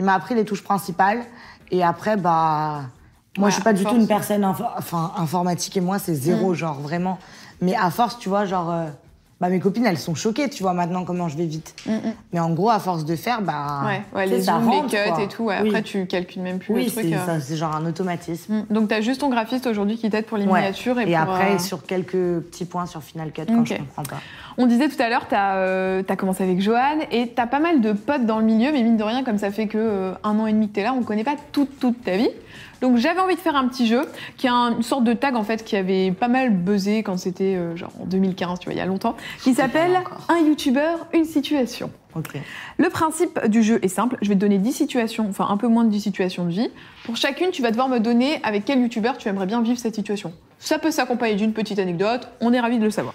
S2: Il m'a appris les touches principales. Et après, bah. Moi,
S3: Ouais,
S2: je suis pas
S3: à
S2: du
S3: force. Mm.
S2: tout une personne info- enfin, informatique et moi, c'est zéro, genre vraiment. Mais à force, tu vois, genre. euh, bah, mes copines, elles sont choquées, tu vois, maintenant, comment je vais vite. Mais en gros, à force de faire, bah.
S3: Ouais, ouais,
S2: tu sais,
S3: les
S2: Mm, ça
S3: zooms, les
S2: rentre,
S3: cuts
S2: quoi.
S3: et tout. ouais,
S2: Oui.
S3: Après, tu calcules même plus
S2: Oui,
S3: le truc.
S2: c'est
S3: euh.
S2: ça, c'est genre un automatisme.
S3: Mm. Donc t'as juste ton graphiste aujourd'hui qui t'aide pour les
S2: Ouais.
S3: miniatures et,
S2: Et
S3: pour,
S2: après,
S3: euh,
S2: sur quelques petits points sur Final Cut, quand
S3: Ok.
S2: je comprends pas.
S3: On disait tout à l'heure, t'as euh, t'as commencé avec Johan et t'as pas mal de potes dans le milieu, mais mine de rien, comme ça fait que euh, un an et demi que t'es là, on connaît pas toute toute ta vie. Donc j'avais envie de faire un petit jeu qui a un- une sorte de tag en fait qui avait pas mal buzzé quand c'était euh, genre en 2015, tu vois, il y a longtemps, qui s'appelle
S2: encore.
S3: un youtubeur, une situation.
S2: Ok.
S3: Le principe du jeu est simple, je vais te donner 10 situations, enfin un peu moins de 10 situations de vie. Pour chacune, tu vas devoir me donner avec quel youtubeur tu aimerais bien vivre cette situation. Ça peut s'accompagner d'une petite anecdote, on est ravis de le savoir.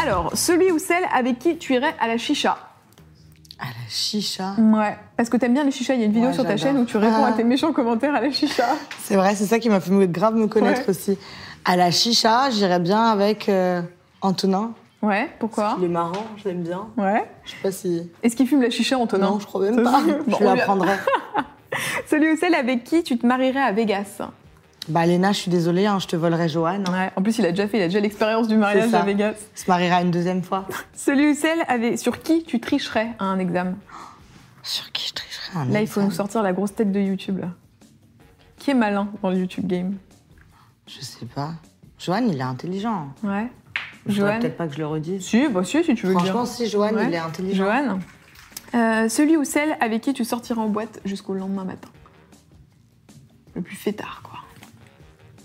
S3: Alors, celui ou celle avec qui tu irais à la chicha
S2: Ah, la chicha.
S3: Ouais. Parce que t'aimes bien les chichas, il y a une vidéo
S2: Ouais,
S3: sur ta
S2: j'adore.
S3: chaîne où tu réponds
S2: Ah.
S3: à tes méchants commentaires à la chicha.
S2: C'est vrai, c'est ça qui m'a fait me- grave me connaître
S3: Ouais.
S2: aussi. À la chicha, j'irais bien avec euh, Antonin.
S3: Ouais, pourquoi
S2: Il est marrant, je l'aime bien.
S3: Ouais.
S2: Je sais pas si.
S3: Est-ce qu'il fume la chicha, Antonin
S2: Non, je crois même pas.
S3: Bon,
S2: je
S3: on lui a-
S2: l'apprendrai.
S3: Celui ou celle avec qui tu te marierais à Vegas
S2: Bah, Léna, je suis désolée, hein, je te volerai Joanne.
S3: Ouais, en plus, il a déjà fait, il a déjà l'expérience du mariage
S2: C'est ça.
S3: à Vegas.
S2: On se mariera une deuxième fois.
S3: Celui ou celle avec, sur qui tu tricherais à un examen
S2: Sur qui je tricherai un
S3: Là, il faut nous
S2: exemple
S3: sortir la grosse tête de YouTube. là. Qui est malin dans le YouTube game
S2: hein. Je sais pas. Joanne, il est intelligent.
S3: Ouais.
S2: Je
S3: Joanne
S2: peut-être pas que je le redise.
S3: Si, bah si, si tu veux le
S2: Franchement, si Joanne,
S3: Ouais.
S2: il est intelligent.
S3: dire. Joanne Euh, Celui ou celle avec qui tu sortiras en boîte jusqu'au lendemain matin Le plus fêtard, quoi.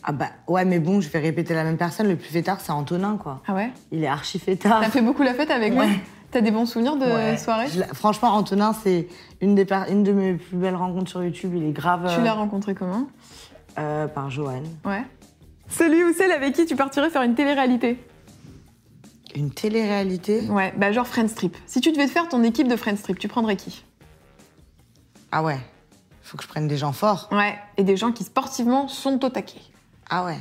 S2: Ah bah ouais, mais bon, je vais répéter la même personne. Le plus fêtard, c'est Antonin, quoi.
S3: Ah ouais Ah.
S2: Il est archi fêtard.
S3: T'as fait beaucoup la fête avec
S2: Ouais.
S3: lui T'as des bons souvenirs de
S2: Ouais.
S3: euh, soirée
S2: Je l'a- Franchement, Antonin, c'est une, des per- une de mes plus belles rencontres sur YouTube. Il est grave
S3: Tu
S2: euh,
S3: l'as rencontré comment
S2: euh, par Joanne.
S3: Ouais. Celui ou celle avec qui tu partirais faire une télé-réalité
S2: Une télé-réalité.
S3: Ouais, bah genre Friends Trip. Si tu devais te faire ton équipe de Friends Trip, tu prendrais qui
S2: Ah ouais, faut que je prenne des gens forts.
S3: Ouais, et des gens qui sportivement sont au taquet.
S2: Ah ouais.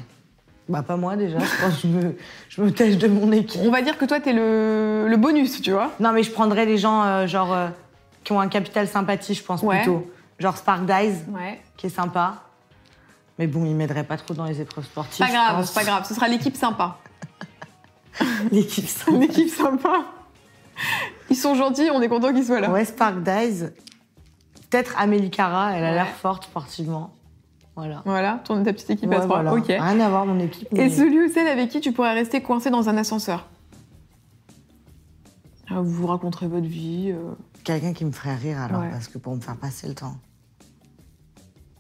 S2: Bah pas moi déjà, je pense que je me, je me tâche de mon équipe.
S3: On va dire que toi, t'es le, le bonus, tu vois
S2: Non mais je prendrais les gens euh, genre euh, qui ont un capital sympathie, je pense
S3: Ouais.
S2: plutôt. Genre Spark Dies,
S3: Ouais.
S2: qui est sympa. Mais bon, il m'aiderait pas trop dans les épreuves sportives.
S3: Pas
S2: je
S3: grave,
S2: pense.
S3: c'est pas grave, ce sera l'équipe sympa.
S2: L'équipe sympa.
S3: L'équipe sympa Ils sont gentils, on est content qu'ils soient là.
S2: Ouais, Spark Dies. Peut-être Amélie Cara, elle a
S3: Ouais.
S2: l'air forte sportivement. Voilà.
S3: Voilà, tourne ta petite équipe à
S2: Ouais,
S3: trois.
S2: voilà.
S3: Ok.
S2: Rien à voir, mon équipe.
S3: Et
S2: mais-
S3: celui ou celle avec qui tu pourrais rester coincé dans un ascenseur Ah, Vous vous raconterez votre vie. euh.
S2: Quelqu'un qui me ferait rire alors,
S3: Ouais.
S2: parce que pour me faire passer le temps.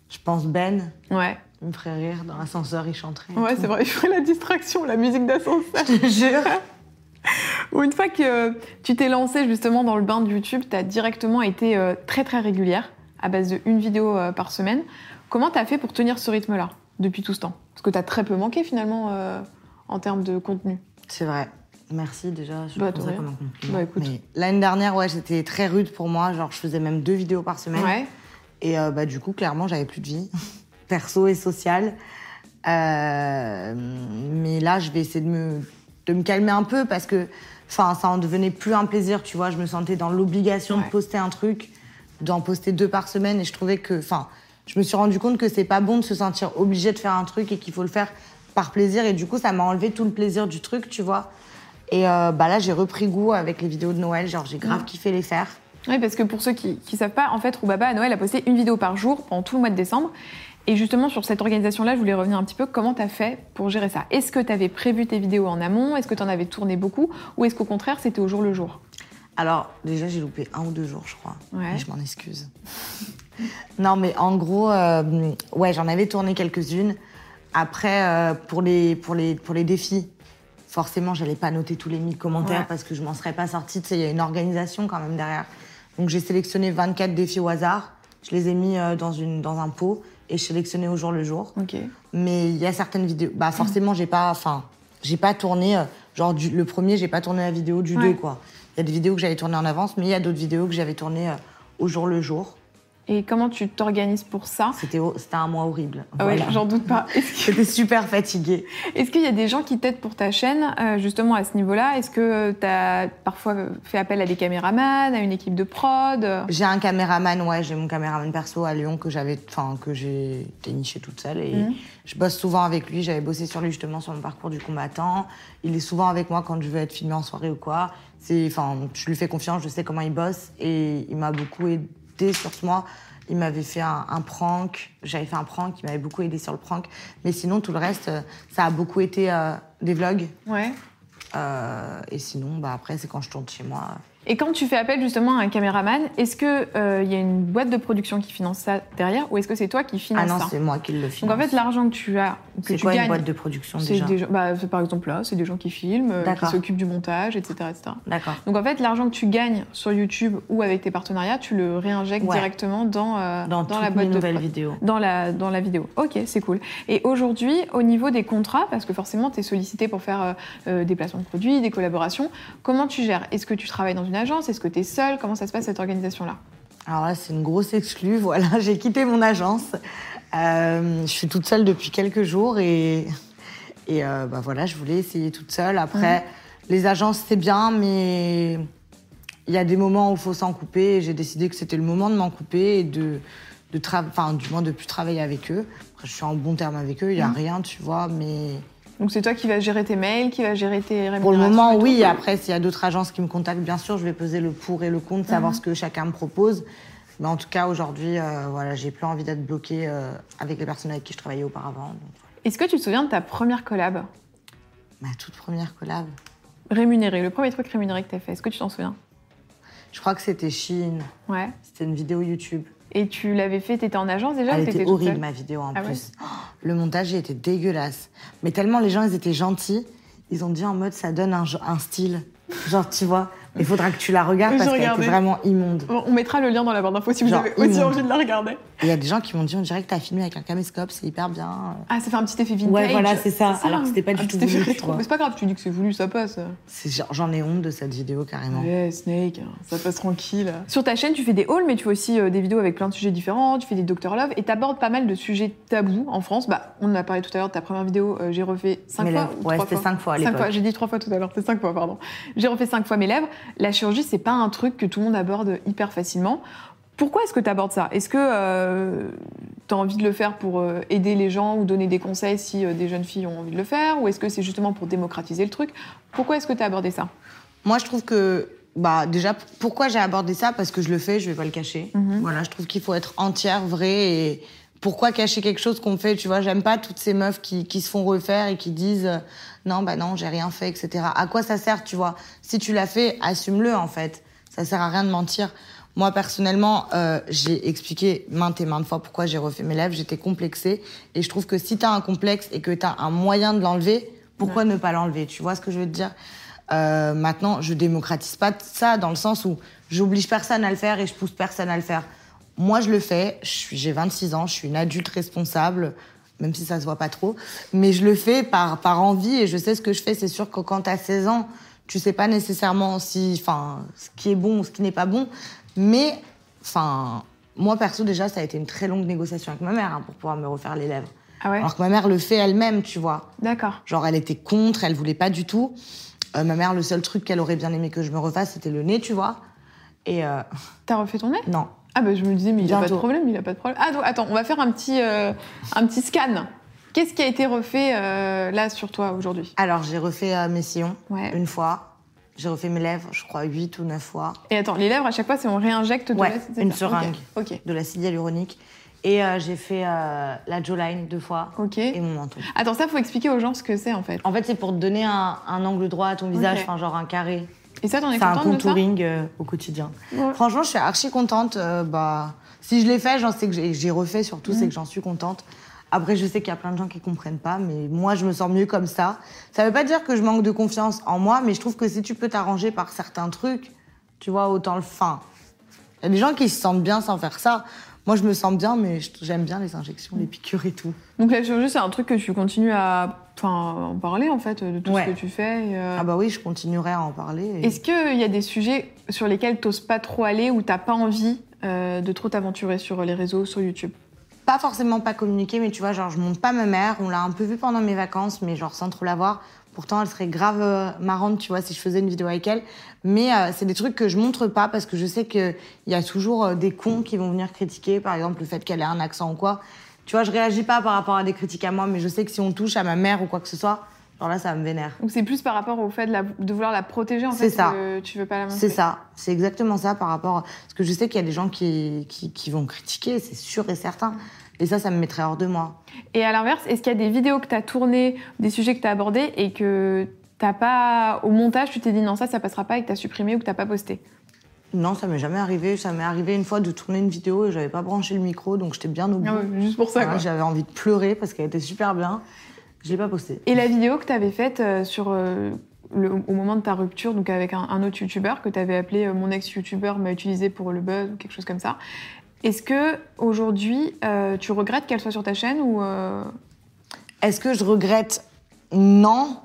S2: Je pense Ben,
S3: Ouais,
S2: il me ferait rire dans l'ascenseur, il chanterait. et
S3: ouais
S2: tout.
S3: c'est vrai, il ferait la distraction, la musique d'ascenseur.
S2: Je te jure.
S3: Ou une fois que euh, tu t'es lancée justement dans le bain de YouTube, tu as directement été euh, très très régulière, à base de une vidéo euh, par semaine. Comment tu as fait pour tenir ce rythme-là depuis tout ce temps Parce que tu as très peu manqué finalement euh, en termes de contenu.
S2: C'est vrai. Merci déjà, je
S3: Bah,
S2: prends
S3: de
S2: ça
S3: rien.
S2: comme un compliment.
S3: Bah, écoute.
S2: Mais L'année dernière, ouais, c'était très rude pour moi. Genre, je faisais même deux vidéos par semaine.
S3: Ouais.
S2: Et euh, bah, du coup, clairement, j'avais plus de vie, perso et sociale. Euh, mais là, je vais essayer de me, de me calmer un peu parce que enfin, ça en devenait plus un plaisir, tu vois. Je me sentais dans l'obligation
S3: Ouais.
S2: de poster un truc, d'en poster deux par semaine. Et je trouvais que. Enfin, je me suis rendu compte que c'est pas bon de se sentir obligé de faire un truc et qu'il faut le faire par plaisir. Et du coup, ça m'a enlevé tout le plaisir du truc, tu vois. Et euh, bah là, j'ai repris goût avec les vidéos de Noël. Genre, j'ai grave
S3: Ouais.
S2: kiffé les faire.
S3: Oui, parce que pour ceux qui ne savent pas, en fait, Roubaba à Noël a posté une vidéo par jour pendant tout le mois de décembre. Et justement, sur cette organisation-là, je voulais revenir un petit peu. Comment tu as fait pour gérer ça Est-ce que tu avais prévu tes vidéos en amont Est-ce que tu en avais tourné beaucoup Ou est-ce qu'au contraire, c'était au jour le jour
S2: Alors, déjà, j'ai loupé un ou deux jours, je crois.
S3: Ouais.
S2: Mais Je m'en excuse. non, mais en gros, euh, ouais, j'en avais tourné quelques-unes. Après, euh, pour, les, pour, les, pour les défis, forcément, j'allais pas noter tous les 1000 commentaires
S3: Ouais.
S2: parce que je m'en serais pas sortie. Tu sais, il y a une organisation quand même derrière. Donc, j'ai sélectionné 24 défis au hasard. Je les ai mis euh, dans, une, dans un pot et je sélectionnais au jour le jour.
S3: Ok.
S2: Mais il y a certaines vidéos.
S3: Mm.
S2: Bah forcément, j'ai pas. Enfin, j'ai pas tourné. euh, Genre du- le premier, j'ai pas tourné la vidéo du
S3: Ouais.
S2: 2, quoi. Il y a des vidéos que j'avais tournées en avance, mais il y a d'autres vidéos que j'avais tournées euh, au jour le jour.
S3: Et comment tu t'organises pour ça
S2: C'était ho- c'était un mois horrible.
S3: Ah ouais,
S2: Voilà.
S3: J'en doute pas. Est-ce que-
S2: J'étais super fatiguée.
S3: est-ce qu'il y a des gens qui t'aident pour ta chaîne, euh, justement, à ce niveau-là Est-ce que tu as parfois euh, fait appel à des caméramans, à une équipe de prod euh
S2: J'ai un caméraman, ouais, j'ai mon caméraman perso à Lyon que j'avais, enfin que j'ai déniché toute seule et
S3: Mhm.
S2: je bosse souvent avec lui. J'avais bossé sur lui justement sur mon parcours du combattant. Il est souvent avec moi quand je veux être filmée en soirée ou quoi. C'est, enfin, je lui fais confiance, je sais comment il bosse et il m'a beaucoup aidé sur moi. Il m'avait fait un, un prank, j'avais fait un prank, il m'avait beaucoup aidé sur le prank. Mais sinon tout le reste, euh, ça a beaucoup été euh, des vlogs.
S3: Ouais.
S2: Euh, et sinon, bah après c'est quand je tourne chez moi.
S3: Et quand tu fais appel justement à un caméraman, est-ce que euh, il y a une boîte de production qui finance ça derrière ou est-ce que c'est toi qui finance
S2: Ah non,
S3: ça
S2: c'est moi qui le filme.
S3: Donc en fait, l'argent que tu as, que
S2: C'est
S3: tu
S2: quoi une
S3: gagnes,
S2: boîte de production
S3: c'est
S2: déjà
S3: des gens- bah, c'est par exemple là, c'est des gens qui filment, euh, qui
S2: D'accord.
S3: s'occupent du montage, etc., etc.
S2: D'accord.
S3: Donc en fait, l'argent que tu gagnes sur YouTube ou avec tes partenariats, tu le réinjectes
S2: Ouais.
S3: directement dans, euh,
S2: Dans, toutes
S3: la boîte
S2: mes
S3: de
S2: nouvelles
S3: prod.
S2: vidéos.
S3: Dans la, dans la vidéo. Ok, c'est cool. Et aujourd'hui, au niveau des contrats, parce que forcément, tu es sollicité pour faire euh, euh, des placements de produits, des collaborations, comment tu gères Est-ce que tu travailles dans une agence Est-ce que tu es seule Comment ça se passe cette organisation-là
S2: Alors là, c'est une grosse exclue. Voilà, j'ai quitté mon agence. Euh, je suis toute seule depuis quelques jours et, et euh, bah voilà, je voulais essayer toute seule. Après, les agences, c'est bien, mais il y a des moments où il faut s'en couper. et J'ai décidé que c'était le moment de m'en couper et de, de tra- enfin, du moins de plus travailler avec eux. Après, je suis en bon terme avec eux, il n'y
S3: Mm.
S2: a rien, tu vois, mais.
S3: Donc c'est toi qui vas gérer tes mails, qui vas gérer tes rémunérations
S2: Pour le moment,
S3: et tout
S2: oui. Après, s'il y a d'autres agences qui me contactent, bien sûr, je vais peser le pour et le
S3: Mhm.
S2: contre, savoir ce que chacun me propose. Mais en tout cas, aujourd'hui, euh, voilà, j'ai plus envie d'être bloquée euh, avec les personnes avec qui je travaillais auparavant. Donc,
S3: Est-ce que tu te souviens de ta première collab
S2: ma toute première collab,
S3: rémunérée, le premier truc rémunéré que tu as fait Est-ce que tu t'en souviens
S2: je crois que c'était Chine.
S3: Ouais.
S2: C'était une vidéo YouTube.
S3: Et tu l'avais fait, t'étais en agence déjà ou
S2: Elle
S3: t'étais
S2: était
S3: toute
S2: horrible,
S3: seule
S2: ma vidéo, en
S3: Ah ouais
S2: plus. Oh, le montage, il était dégueulasse. Mais tellement les gens, ils étaient gentils, ils ont dit en mode, ça donne un, un style. Genre, tu vois, il faudra que tu la regardes
S3: Je
S2: parce qu'elle
S3: regardais.
S2: était vraiment immonde.
S3: Bon, on mettra le lien dans la barre d'infos si vous
S2: Genre
S3: avez aussi
S2: immonde.
S3: envie de la regarder.
S2: Et Il y a des gens qui m'ont dit, on dirait que t'as filmé avec un caméscope, c'est hyper bien.
S3: Ah, ça fait un petit effet vintage.
S2: Ouais, voilà, c'est ça. Alors que c'était pas
S3: Un
S2: du
S3: petit
S2: tout
S3: effet
S2: voulu, tu
S3: rétro.
S2: vois.
S3: Mais Ah, c'est pas grave, tu dis que c'est voulu, ça passe.
S2: C'est genre- J'en ai honte de cette vidéo carrément.
S3: Ouais, Snake, hein, ça passe tranquille. Sur ta chaîne, tu fais des hauls, mais tu fais aussi euh, des vidéos avec plein de sujets différents. Tu fais des Doctor Love et t'abordes pas mal de sujets tabous en France. Bah, on en a parlé tout à l'heure de ta première vidéo, euh, j'ai refait cinq
S2: Mais
S3: fois.
S2: là,
S3: ou
S2: ouais,
S3: trois
S2: c'était
S3: fois
S2: cinq fois à
S3: Cinq fois,
S2: l'époque.
S3: j'ai dit trois fois tout à l'heure, c'est cinq fois, pardon. J'ai refait cinq fois mes lèvres. La chirurgie, c'est pas un truc que tout le monde aborde hyper facilement. Pourquoi est-ce que tu abordes ça Est-ce que tu as envie de le faire pour euh, aider les gens ou donner des conseils si euh, des jeunes filles ont envie de le faire Ou est-ce que c'est justement pour démocratiser le truc Pourquoi est-ce que tu as abordé ça
S2: Moi, je trouve que, bah, déjà, p- pourquoi j'ai abordé ça Parce que je le fais, je vais pas le cacher.
S3: Mhm.
S2: Voilà, je trouve qu'il faut être entière, vraie et pourquoi cacher quelque chose qu'on fait Tu vois, j'aime pas toutes ces meufs qui, qui se font refaire et qui disent euh, non, bah non, j'ai rien fait, etc. À quoi ça sert, tu vois Si tu l'as fait, assume-le en fait. Ça sert à rien de mentir. Moi, personnellement, euh, j'ai expliqué maintes et maintes fois pourquoi j'ai refait mes lèvres. J'étais complexée. Et je trouve que si t'as un complexe et que t'as un moyen de l'enlever, pourquoi ne pas l'enlever Tu vois ce que je veux te dire Euh, Maintenant, je démocratise pas ça dans le sens où j'oblige personne à le faire et je pousse personne à le faire. Moi, je le fais. Je suis- J'ai 26 ans. Je suis une adulte responsable, même si ça se voit pas trop. Mais je le fais par, par envie et je sais ce que je fais. C'est sûr que quand t'as 16 ans, tu sais pas nécessairement si, enfin, ce qui est bon ou ce qui n'est pas bon. Mais, enfin, moi, perso, déjà, ça a été une très longue négociation avec ma mère hein, pour pouvoir me refaire les lèvres.
S3: Ah ouais
S2: Alors que ma mère le fait elle-même, tu vois.
S3: D'accord.
S2: Genre, elle était contre, elle voulait pas du tout. Euh, ma mère, le seul truc qu'elle aurait bien aimé que je me refasse, c'était le nez, tu vois. Et euh,
S3: T'as refait ton nez
S2: non,
S3: Ah bah je me disais, mais il a pas de
S2: Bientôt.
S3: problème, il a pas de problème. Ah donc, attends, on va faire un petit, euh, un petit scan. Qu'est-ce qui a été refait euh, là sur toi aujourd'hui
S2: Alors, j'ai refait euh, mes sillons
S3: Ouais.
S2: une fois. J'ai refait mes lèvres, je crois, 8 ou 9 fois.
S3: Et attends, les lèvres, à chaque fois, c'est on réinjecte de
S2: Ouais,
S3: la- c'est
S2: une
S3: ça.
S2: seringue.
S3: Ok. ok,
S2: De l'acide hyaluronique. Et euh, j'ai fait euh, la jawline deux fois.
S3: ok.
S2: Et mon menton.
S3: Attends, ça, faut expliquer aux gens ce que c'est en fait.
S2: En fait, c'est pour te donner un, un angle droit à ton visage,
S3: Ok.
S2: enfin, genre un carré.
S3: Et ça, t'en es
S2: C'est un
S3: contente de ça
S2: contouring euh, au quotidien.
S3: Ouais.
S2: Franchement, je suis archi contente. euh, bah, si je l'ai fait, j'en sais que j'ai- j'ai refait surtout, c'est que j'en suis contente. Après, je sais qu'il y a plein de gens qui comprennent pas, mais moi, je me sens mieux comme ça. Ça veut pas dire que je manque de confiance en moi, mais je trouve que si tu peux t'arranger par certains trucs, tu vois, autant le fin. Il y a des gens qui se sentent bien sans faire ça. Moi, je me sens bien, mais je- j'aime bien les injections, les piqûres et tout.
S3: Donc la chirurgie, c'est un truc que tu continues à enfin, en parler, en fait, de tout
S2: Ouais.
S3: ce que tu fais. et, euh,
S2: Ah bah oui, je continuerai à en parler. et-
S3: Est-ce qu'il y a des sujets sur lesquels t'oses pas trop aller ou t'as pas envie euh, de trop t'aventurer sur les réseaux, sur YouTube
S2: Pas forcément pas communiquer, mais tu vois, genre, je monte pas ma mère. On l'a un peu vue pendant mes vacances, mais genre sans trop la voir. Pourtant, elle serait grave euh, marrante, tu vois, si je faisais une vidéo avec elle. Mais euh, c'est des trucs que je montre pas parce que je sais qu'il y a toujours euh, des cons qui vont venir critiquer, par exemple, le fait qu'elle ait un accent ou quoi. Tu vois, je réagis pas par rapport à des critiques à moi, mais je sais que si on touche à ma mère ou quoi que ce soit, genre là, ça me vénère.
S3: Donc c'est plus par rapport au fait de, la- de vouloir la protéger, en fait,
S2: C'est ça.
S3: que tu veux pas la montrer.
S2: C'est ça, c'est exactement ça par rapport. Parce que je sais qu'il y a des gens qui, qui, qui vont critiquer, c'est sûr et certain. Et ça, ça me mettrait hors de moi.
S3: Et à l'inverse, est-ce qu'il y a des vidéos que t'as tournées, des sujets que t'as abordés et que t'as pas... Au montage, tu t'es dit non, ça, ça passera pas et que t'as supprimé ou que t'as pas posté
S2: Non, ça m'est jamais arrivé. Ça m'est arrivé une fois de tourner une vidéo et j'avais pas branché le micro, donc j'étais bien au bout.
S3: Ah Juste pour ça,
S2: Voilà, j'avais envie de pleurer parce qu'elle était super bien. Je l'ai pas postée.
S3: Et la vidéo que tu avais faite euh, sur, euh, le- au moment de ta rupture, donc avec un, un autre youtubeur que tu avais appelé euh, mon ex-youtubeur m'a utilisé pour le buzz ou quelque chose comme ça, est-ce que aujourd'hui euh, tu regrettes qu'elle soit sur ta chaîne ou euh,
S2: Est-ce que je regrette Non.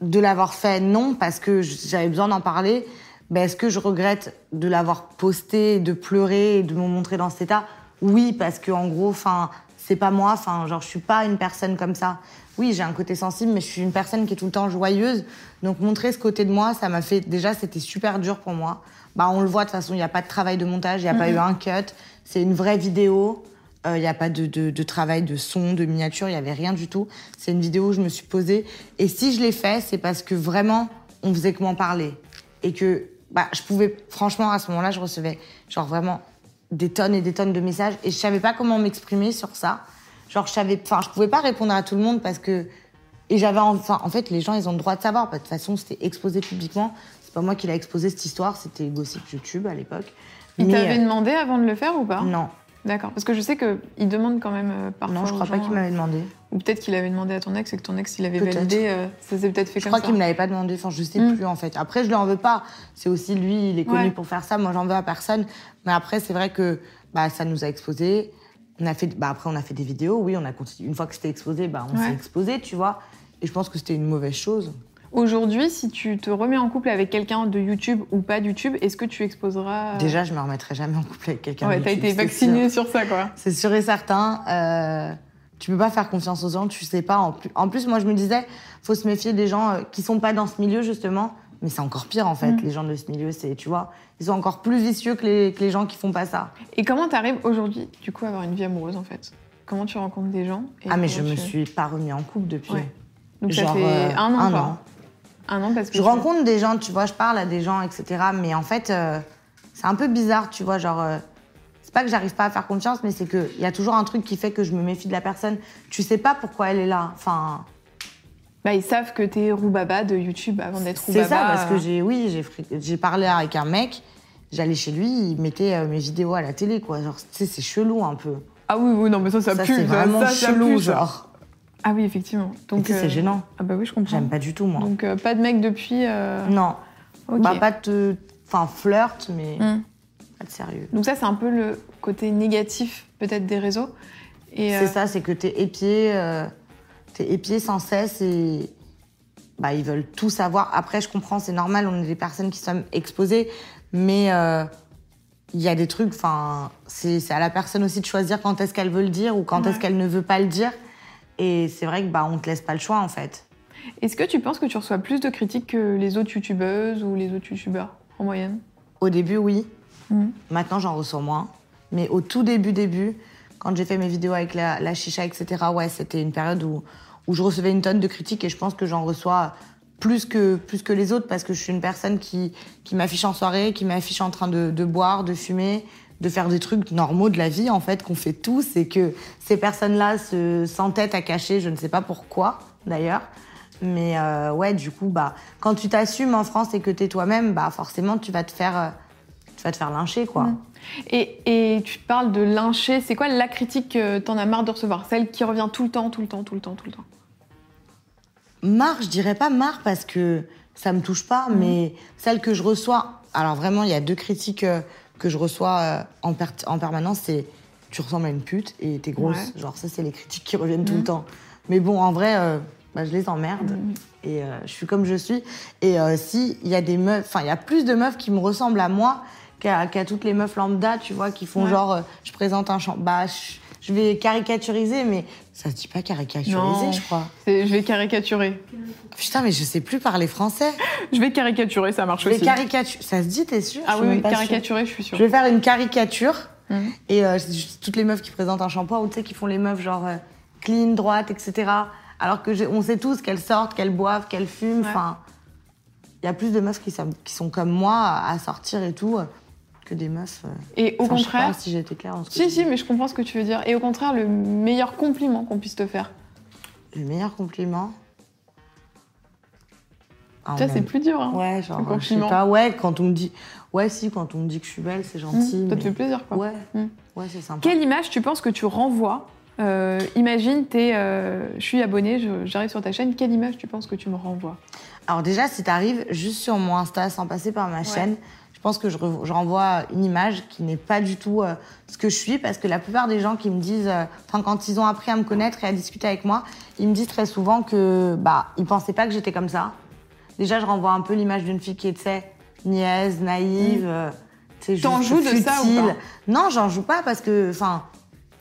S2: De l'avoir fait, non, parce que j- j'avais besoin d'en parler. Mais est-ce que je regrette de l'avoir posté, de pleurer et de me montrer dans cet état Oui, parce que en gros, enfin, c'est pas moi. Enfin, genre, je suis pas une personne comme ça. Oui, j'ai un côté sensible, mais je suis une personne qui est tout le temps joyeuse. Donc, montrer ce côté de moi, ça m'a fait. Déjà, c'était super dur pour moi. Bah, on le voit de toute façon. Il n'y a pas de travail de montage. Il n'y a pas eu un cut. C'est une vraie vidéo. Il n'y Euh, a pas de, de- de travail de son, de miniature, il n'y avait rien du tout. C'est une vidéo où je me suis posée. Et si je l'ai fait, c'est parce que vraiment, on faisait que m'en parler. Et que bah, je pouvais, franchement, à ce moment-là, je recevais genre vraiment des tonnes et des tonnes de messages. Et je savais pas comment m'exprimer sur ça. Genre, je savais, enfin, je pouvais pas répondre à tout le monde parce que. Et j'avais enfin, en fait, les gens, ils ont le droit de savoir. parce que De toute façon, c'était exposé publiquement. C'est pas moi qui l'ai exposé cette histoire, c'était Gossip YouTube à l'époque.
S3: il
S2: Mais,
S3: t'avait
S2: euh,
S3: demandé avant de le faire ou pas
S2: non,
S3: D'accord, parce que je sais qu'il demande quand même euh, parfois.
S2: non, je
S3: aux
S2: crois pas
S3: gens,
S2: qu'il m'avait demandé.
S3: Ou peut-être qu'il avait demandé à ton ex et que ton ex il avait
S2: Peut-être.
S3: validé, euh, ça s'est peut-être fait
S2: Je
S3: comme
S2: crois
S3: ça.
S2: qu'il me l'avait pas demandé, enfin je sais
S3: Mm.
S2: plus en fait. Après je lui en veux pas, c'est aussi lui, il est connu
S3: Ouais.
S2: pour faire ça, moi j'en veux à personne. Mais après c'est vrai que bah, ça nous a exposés, on a fait, bah, après on a fait des vidéos, oui on a continué. Une fois que c'était exposé, bah, on s'est
S3: Ouais.
S2: exposé, tu vois. Et je pense que c'était une mauvaise chose.
S3: Aujourd'hui, si tu te remets en couple avec quelqu'un de YouTube ou pas de YouTube, est-ce que tu exposeras. euh,
S2: Déjà je me remettrai jamais en couple avec quelqu'un.
S3: Ouais,
S2: de
S3: t'as
S2: YouTube,
S3: été
S2: c'est
S3: vacciné sur ça, quoi.
S2: C'est sûr et certain. Euh, tu peux pas faire confiance aux gens, tu sais pas. En plus, en plus moi, je me disais, faut se méfier des gens euh, qui sont pas dans ce milieu, justement. Mais c'est encore pire, en fait,
S3: Mm.
S2: les gens de ce milieu. C'est, tu vois, ils sont encore plus vicieux que les, que les gens qui font pas ça.
S3: Et comment t'arrives aujourd'hui, du coup, à avoir une vie amoureuse en fait Comment tu rencontres des gens et
S2: ah, mais je
S3: comment
S2: me
S3: tu-
S2: suis pas remis en couple depuis.
S3: Ouais. Donc ça
S2: Genre,
S3: fait
S2: euh,
S3: un an.
S2: un
S3: quoi.
S2: an.
S3: Un an parce que.
S2: Je
S3: tu-
S2: rencontre des gens, tu vois, je parle à des gens, etc. Mais en fait, euh, c'est un peu bizarre, tu vois, genre. euh, c'est pas que j'arrive pas à faire confiance, mais c'est qu'il y a toujours un truc qui fait que je me méfie de la personne. Tu sais pas pourquoi elle est là. Enfin,
S3: Bah, ils savent que t'es Roubaba de YouTube avant d'être Roubaba.
S2: C'est ça, parce que
S3: euh,
S2: j'ai, oui, j'ai, fri- j'ai parlé avec un mec, j'allais chez lui, il mettait euh, mes vidéos à la télé, quoi. Genre, tu sais, c'est chelou un peu.
S3: Ah oui, oui, non, mais ça, ça, pue.
S2: c'est
S3: ça,
S2: vraiment
S3: hein, ça, ça
S2: chelou,
S3: pue, ça.
S2: genre.
S3: Ah oui, effectivement.
S2: Et
S3: Donc.
S2: tu sais,
S3: euh,
S2: c'est gênant.
S3: Ah bah oui, je comprends.
S2: J'aime pas du tout, moi.
S3: Donc euh, pas de mec depuis. euh,
S2: Non.
S3: ok.
S2: Bah, pas te. Enfin, flirte, mais
S3: Hmm.
S2: pas de sérieux.
S3: Donc ça, c'est un peu le côté négatif peut-être des réseaux. Et, euh,
S2: C'est ça, c'est que t'es épié, euh, t'es épié sans cesse et bah, ils veulent tout savoir. Après, je comprends, c'est normal, on est des personnes qui sommes exposées, mais euh, il y a des trucs, enfin, c'est c'est à la personne aussi de choisir quand est-ce qu'elle veut le dire ou quand
S3: Ouais.
S2: est-ce qu'elle ne veut pas le dire. Et c'est vrai que bah, on te laisse pas le choix en fait.
S3: Est-ce que tu penses que tu reçois plus de critiques que les autres youtubeuses ou les autres youtubeurs en moyenne
S2: Au début, oui.
S3: Mhm.
S2: Maintenant, j'en reçois moins. Mais au tout début, début, quand j'ai fait mes vidéos avec la, la chicha, etc., ouais, c'était une période où, où je recevais une tonne de critiques et je pense que j'en reçois plus que, plus que les autres parce que je suis une personne qui, qui m'affiche en soirée, qui m'affiche en train de, de boire, de fumer, de faire des trucs normaux de la vie, en fait, qu'on fait tous et que ces personnes-là se- s'entêtent à cacher, je ne sais pas pourquoi, d'ailleurs. Mais euh, ouais, du coup, bah, quand tu t'assumes en France et que t'es toi-même, bah, forcément, tu vas te faire, euh, tu vas te faire lyncher, quoi.
S3: Mm. Et, et tu parles de lyncher. C'est quoi la critique que t'en as marre de recevoir Celle qui revient tout le temps, tout le temps, tout le temps, tout le temps.
S2: Marre, je dirais pas marre parce que ça me touche pas,
S3: Mhm.
S2: mais celle que je reçois. Alors vraiment, il y a deux critiques euh, que je reçois euh, en, per- en permanence. C'est tu ressembles à une pute et t'es grosse. Genre, ça, c'est les critiques qui reviennent tout
S3: Mhm.
S2: le temps. Mais bon, en vrai, euh, bah, je les emmerde
S3: Mhm.
S2: et euh, je suis comme je suis. Et euh, si il y a des meufs, enfin, il y a plus de meufs qui me ressemblent à moi qu'à qu'à toutes les meufs lambda, tu vois, qui font
S3: Ouais.
S2: genre, euh, je présente un champ. Bah, je, je vais caricaturiser, mais ça se dit pas caricaturiser,
S3: Non.
S2: je crois.
S3: C'est- Je vais caricaturer.
S2: Putain, mais je sais plus parler français.
S3: Je vais caricaturer, ça marche
S2: Je vais
S3: aussi.
S2: caricaturer. Ça se dit, t'es sûr
S3: Ah oui, oui,
S2: caricature.
S3: caricaturer, je suis sûre.
S2: Je vais faire une caricature.
S3: Mhm.
S2: Et euh, c'est juste toutes les meufs qui présentent un shampoing, ou tu sais, qui font les meufs genre euh, clean, droite, etc. Alors que j'ai- on sait tous qu'elles sortent, qu'elles boivent, qu'elles fument.
S3: Ouais.
S2: Enfin, il y a plus de meufs qui, sont- qui sont comme moi à à sortir et tout euh, que des meufs. euh.
S3: Et au
S2: Enfin, je sais
S3: contraire,
S2: pas si j'ai été claire. en ce que
S3: si,
S2: je
S3: si,
S2: dis.
S3: mais je comprends ce que tu veux dire. Et au contraire, le meilleur compliment qu'on puisse te faire.
S2: Le meilleur compliment. Ah,
S3: Tu vois,
S2: on
S3: c'est
S2: aime-
S3: plus dur. Hein.
S2: Ouais, genre,
S3: le
S2: euh, je sais
S3: compliment.
S2: pas, ouais, quand on me dit. Ouais, si, quand on me dit que je suis belle, c'est
S3: Mmh,
S2: gentil.
S3: Ça
S2: mais-
S3: te fait plaisir, quoi.
S2: Ouais,
S3: Mm.
S2: ouais, c'est sympa.
S3: Quelle image tu penses que tu renvoies Euh, Imagine, t'es, euh, je suis abonné, j'arrive sur ta chaîne. Quelle image tu penses que tu me renvoies
S2: Alors déjà, si t'arrives juste sur mon Insta sans passer par ma chaîne, je pense que je, re- je renvoie une image qui n'est pas du tout euh, ce que je suis parce que la plupart des gens qui me disent, euh, enfin quand ils ont appris à me connaître et à discuter avec moi, ils me disent très souvent que bah ils pensaient pas que j'étais comme ça. Déjà, je renvoie un peu l'image d'une fille qui est, tu sais, niaise, naïve. euh, tu sais,
S3: Mmh. T'en
S2: juste
S3: joues de ça ou
S2: futile.
S3: pas
S2: Non, j'en joue pas parce que, enfin,